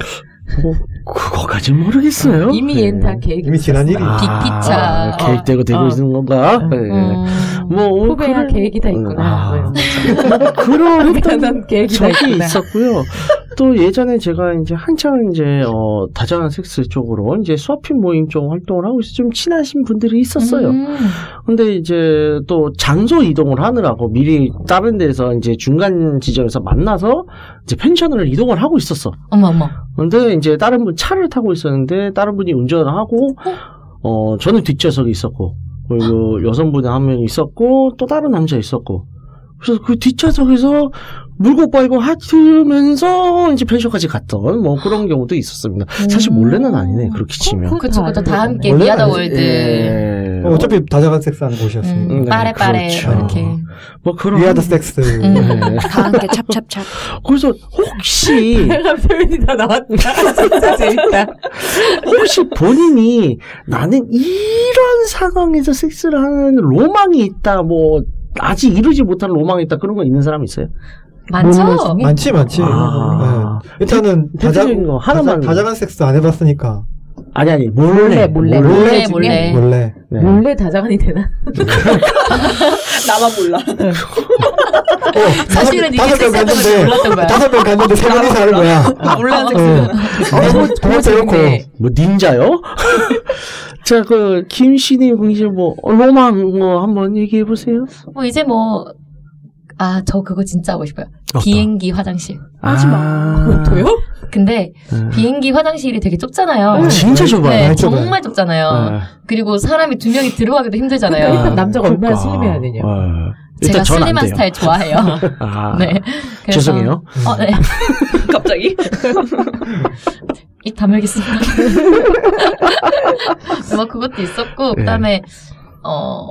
[SPEAKER 2] 그거까지 모르겠어요.
[SPEAKER 3] 이미
[SPEAKER 2] 예.
[SPEAKER 3] 얘는 다 계획이
[SPEAKER 5] 이미 지난 일이.
[SPEAKER 2] 아,
[SPEAKER 6] 빅피처.
[SPEAKER 2] 계획대로 되고
[SPEAKER 3] 어.
[SPEAKER 2] 있는 건가?
[SPEAKER 3] 어.
[SPEAKER 2] 예.
[SPEAKER 6] 음.
[SPEAKER 2] 뭐 오늘
[SPEAKER 3] 후배야
[SPEAKER 2] 그런-
[SPEAKER 3] 계획이 다
[SPEAKER 2] 아.
[SPEAKER 3] 있구나. 뭐 이런 거.
[SPEAKER 2] 그런
[SPEAKER 3] 미안한 계획이 다
[SPEAKER 2] 적이
[SPEAKER 3] 있구나.
[SPEAKER 2] 있었고요. 또 예전에 제가 이제 한창 이제 어, 다자간 섹스 쪽으로 이제 수아핀 모임 쪽 활동을 하고 있어 좀 친하신 분들이 있었어요.
[SPEAKER 6] 음.
[SPEAKER 2] 근데 이제 또 장소 이동을 하느라고 미리 다른 데서 이제 중간 지점에서 만나서 이제 펜션을 이동을 하고 있었어.
[SPEAKER 6] 어머 어머.
[SPEAKER 2] 근데 이제 다른 분 차를 타고 있었는데 다른 분이 운전을 하고 어 저는 뒷좌석에 있었고 그리고 여성분이 한 명 있었고 또 다른 남자 있었고 그래서 그 뒷좌석에서 물고 빨고 하트면서 이제 펜션까지 갔던 뭐 그런 경우도 있었습니다. 사실 몰래는 아니네 그렇게 치면.
[SPEAKER 6] 그쵸 그쵸 다 함께
[SPEAKER 5] 원래는
[SPEAKER 6] 미아다
[SPEAKER 5] 아니-
[SPEAKER 6] 월드.
[SPEAKER 2] 예.
[SPEAKER 5] 어, 어차피 다자간 섹스하는 곳이었으니까.
[SPEAKER 6] 음,
[SPEAKER 2] 네,
[SPEAKER 6] 빠레 빠레
[SPEAKER 2] 그렇죠.
[SPEAKER 6] 이렇게.
[SPEAKER 2] 뭐 그런
[SPEAKER 5] 위아더 섹스.
[SPEAKER 6] 음.
[SPEAKER 2] 예.
[SPEAKER 7] 다 함께 찹찹찹.
[SPEAKER 2] 그래서 혹시
[SPEAKER 3] 내가 표현이 다 나왔다. 진짜 재밌다.
[SPEAKER 2] 혹시 본인이 나는 이런 상황에서 섹스를 하는 로망이 있다, 뭐, 아직 이루지 못한 로망이 있다, 그런 거 있는 사람 있어요? 음.
[SPEAKER 6] 많죠?
[SPEAKER 5] 음. 많지
[SPEAKER 3] 네.
[SPEAKER 5] 많지.
[SPEAKER 2] 아.
[SPEAKER 5] 네. 일단은
[SPEAKER 2] 대표적인 거 하나만.
[SPEAKER 5] 다자, 간 섹스 안 해봤으니까
[SPEAKER 2] 아니, 아니, 몰래. 뭐,
[SPEAKER 3] 몰래, 몰래.
[SPEAKER 6] 네,
[SPEAKER 5] 몰래
[SPEAKER 6] 몰래 몰래.
[SPEAKER 5] 몰래.
[SPEAKER 2] 네.
[SPEAKER 3] 몰래 다자간이 되나?
[SPEAKER 7] 나만 몰라.
[SPEAKER 5] 어,
[SPEAKER 6] 사실은 이게
[SPEAKER 5] 다섯 명
[SPEAKER 6] 섹스하던 걸
[SPEAKER 5] 갔는데
[SPEAKER 6] 몰랐던 거야.
[SPEAKER 5] 다섯 명 갔는데 세 명이서 하는 거야.
[SPEAKER 6] 아.
[SPEAKER 7] 몰라.
[SPEAKER 5] 너무
[SPEAKER 3] 네.
[SPEAKER 5] 너무 대놓고.
[SPEAKER 3] 재밌네.
[SPEAKER 2] 뭐, 닌자요? 자, 그, 김씨님, 공씨 뭐, 로망, 뭐, 한번 얘기해보세요.
[SPEAKER 6] 뭐 이제 뭐. 아, 저 그거 진짜 하고 싶어요. 비행기 화장실.
[SPEAKER 2] 하지 마.
[SPEAKER 3] 도요?
[SPEAKER 6] 근데
[SPEAKER 2] 네.
[SPEAKER 6] 비행기 화장실이 되게 좁잖아요.
[SPEAKER 2] 아, 음. 진짜 좁아요.
[SPEAKER 6] 네,
[SPEAKER 5] 많이 좁아요.
[SPEAKER 6] 정말 좁잖아요.
[SPEAKER 2] 네.
[SPEAKER 6] 그리고 사람이 두 명이 들어가기도
[SPEAKER 3] 그러니까
[SPEAKER 6] 힘들잖아요.
[SPEAKER 3] 일단 남자가 얼마나 슬림해야 되냐.
[SPEAKER 2] 네.
[SPEAKER 6] 제가
[SPEAKER 2] 일단 전안
[SPEAKER 6] 슬림한
[SPEAKER 2] 돼요.
[SPEAKER 6] 스타일 좋아해요.
[SPEAKER 2] 아,
[SPEAKER 6] 네. 그래서-
[SPEAKER 2] 죄송해요.
[SPEAKER 6] 어, 네.
[SPEAKER 7] 갑자기?
[SPEAKER 6] 입 다물겠습니다. 뭐 그것도 있었고
[SPEAKER 2] 네.
[SPEAKER 6] 그다음에 어,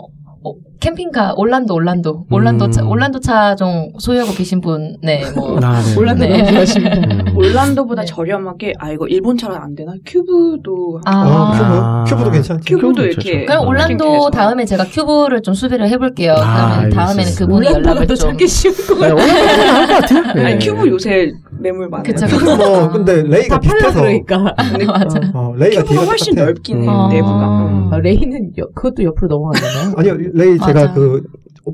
[SPEAKER 6] 어, 캠핑카 올란도 올란도 올란도
[SPEAKER 2] 음.
[SPEAKER 6] 차 올란도 차종 소유하고 계신 분 네 뭐
[SPEAKER 2] 아, 네.
[SPEAKER 6] 올란도
[SPEAKER 2] 네.
[SPEAKER 6] 너무
[SPEAKER 3] 좋아하십니다.
[SPEAKER 2] 음.
[SPEAKER 7] 올란도보다
[SPEAKER 6] 네.
[SPEAKER 7] 저렴하게 아 이거 일본 차라 안 되나? 큐브도 한-
[SPEAKER 5] 아,
[SPEAKER 6] 아.
[SPEAKER 2] 그-
[SPEAKER 5] 큐브
[SPEAKER 2] 아.
[SPEAKER 5] 큐브도 괜찮지.
[SPEAKER 7] 큐브. 큐브도
[SPEAKER 2] 큐브죠,
[SPEAKER 7] 이렇게
[SPEAKER 2] 저.
[SPEAKER 6] 그럼
[SPEAKER 2] 어.
[SPEAKER 6] 올란도
[SPEAKER 7] 캠핑카에서.
[SPEAKER 6] 다음에 제가 큐브를 좀 수배를 해볼게요.
[SPEAKER 2] 아,
[SPEAKER 6] 그러면 다음에는
[SPEAKER 2] 알겠습니다.
[SPEAKER 6] 그분이 연락을
[SPEAKER 3] 더
[SPEAKER 6] 좀.
[SPEAKER 3] 찾기 쉬운 거
[SPEAKER 2] 네, 올라가면 나을 것 같아요.
[SPEAKER 7] 아니
[SPEAKER 2] 네.
[SPEAKER 7] 큐브 요새 매물 많아요.
[SPEAKER 6] 그쵸.
[SPEAKER 5] 큐브 뭐 근데 레이가
[SPEAKER 3] 다 팔려
[SPEAKER 5] 비슷해서.
[SPEAKER 3] 그러니까.
[SPEAKER 7] 근데
[SPEAKER 6] 맞아.
[SPEAKER 5] 어, 레이가
[SPEAKER 7] 큐브가
[SPEAKER 5] 뒤가
[SPEAKER 7] 훨씬
[SPEAKER 5] 똑같아.
[SPEAKER 6] 어.
[SPEAKER 7] 넓긴
[SPEAKER 2] 음.
[SPEAKER 4] 어,
[SPEAKER 7] 해요.
[SPEAKER 3] 어,
[SPEAKER 7] 내부가.
[SPEAKER 6] 음.
[SPEAKER 3] 아, 레이는 여- 그것도 옆으로 넘어가잖아요.
[SPEAKER 5] 아니요 레이 제가
[SPEAKER 6] 맞아.
[SPEAKER 5] 그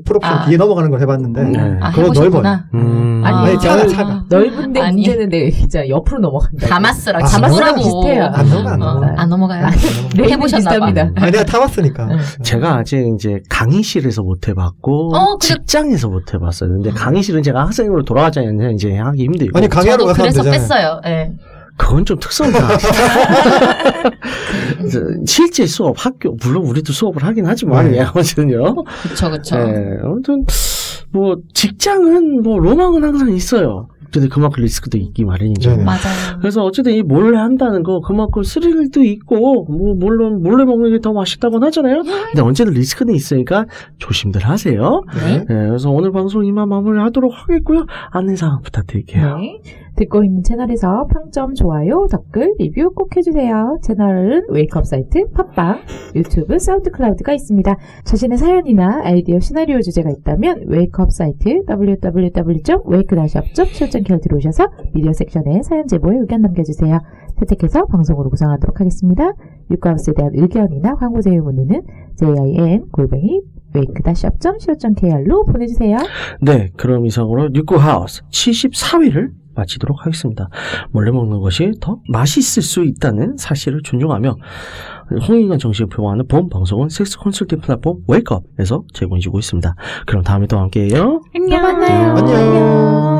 [SPEAKER 5] 프로옵션
[SPEAKER 6] 아.
[SPEAKER 5] 뒤에 넘어가는 걸 해봤는데
[SPEAKER 2] 네.
[SPEAKER 6] 아,
[SPEAKER 5] 그거
[SPEAKER 6] 해보셨구나.
[SPEAKER 2] 음.
[SPEAKER 3] 아니,
[SPEAKER 5] 아니, 차가-
[SPEAKER 6] 아,
[SPEAKER 5] 차가.
[SPEAKER 3] 넓은데
[SPEAKER 6] 아니.
[SPEAKER 3] 문제는 내 의자 옆으로 넘어간다.
[SPEAKER 6] 다마스라
[SPEAKER 5] 아,
[SPEAKER 3] 다마스랑
[SPEAKER 6] 친구라고.
[SPEAKER 3] 비슷해요.
[SPEAKER 5] 안 넘어가 안
[SPEAKER 6] 어, 아.
[SPEAKER 5] 넘어가.
[SPEAKER 6] 안 넘어가요.
[SPEAKER 3] 네,
[SPEAKER 6] 해보셨나 봐.
[SPEAKER 3] 비슷합니다.
[SPEAKER 5] 아니 내가 타봤으니까.
[SPEAKER 3] 응.
[SPEAKER 2] 제가 아직 이제 강의실에서 못 해봤고
[SPEAKER 6] 어, 근데-
[SPEAKER 2] 직장에서 못 해봤어요. 근데 강의실은 제가 학생으로 돌아가지 않으면 이제 하기 힘들고
[SPEAKER 5] 아니 강의하러
[SPEAKER 6] 저도
[SPEAKER 5] 가서 하면
[SPEAKER 6] 그래서
[SPEAKER 5] 되잖아요.
[SPEAKER 6] 뺐어요. 예.
[SPEAKER 2] 그건 좀 특성이다. 그래서 실제 수업 학교 물론 우리도 수업을 하긴 하지만
[SPEAKER 5] 네.
[SPEAKER 2] 예, 아무튼요.
[SPEAKER 6] 그쵸, 그쵸.
[SPEAKER 2] 예, 아무튼 뭐 직장은 뭐 로망은 항상 있어요. 근데 그만큼 리스크도 있기 마련이죠.
[SPEAKER 5] 네.
[SPEAKER 6] 맞아요.
[SPEAKER 2] 그래서 어쨌든 이 몰래 한다는 거 그만큼 스릴도 있고 뭐 물론 몰래 먹는 게 더 맛있다고는 하잖아요. 근데 언제든 리스크는 있으니까 조심들 하세요.
[SPEAKER 5] 네.
[SPEAKER 2] 예, 그래서 오늘 방송 이만 마무리하도록 하겠고요. 안내사항 부탁드릴게요.
[SPEAKER 3] 네. 듣고 있는 채널에서 평점, 좋아요, 댓글, 리뷰 꼭 해주세요. 채널은 웨이크업 사이트, 팟빵, 유튜브, 사운드 클라우드가 있습니다. 자신의 사연이나 아이디어, 시나리오 주제가 있다면 웨이크업 사이트 www.wake-up.co.kr 들어오셔서 미디어 섹션에 사연 제보에 의견 남겨주세요. 선택해서 방송으로 구성하도록 하겠습니다. 유카우스에 대한 의견이나 광고 제휴 문의는 jim-골뱅이 wake-up.co.kr로 보내주세요.
[SPEAKER 2] 네, 그럼 이상으로 육구하우스 74회를 마치도록 하겠습니다. 몰래 먹는 것이 더 맛있을 수 있다는 사실을 존중하며 홍익관 정신을 표방하는 본 방송은 섹스 컨설팅 플랫폼 웨이크업에서 제공해주고 있습니다. 그럼 다음에 또 함께해요.
[SPEAKER 4] 안녕.
[SPEAKER 5] 안녕.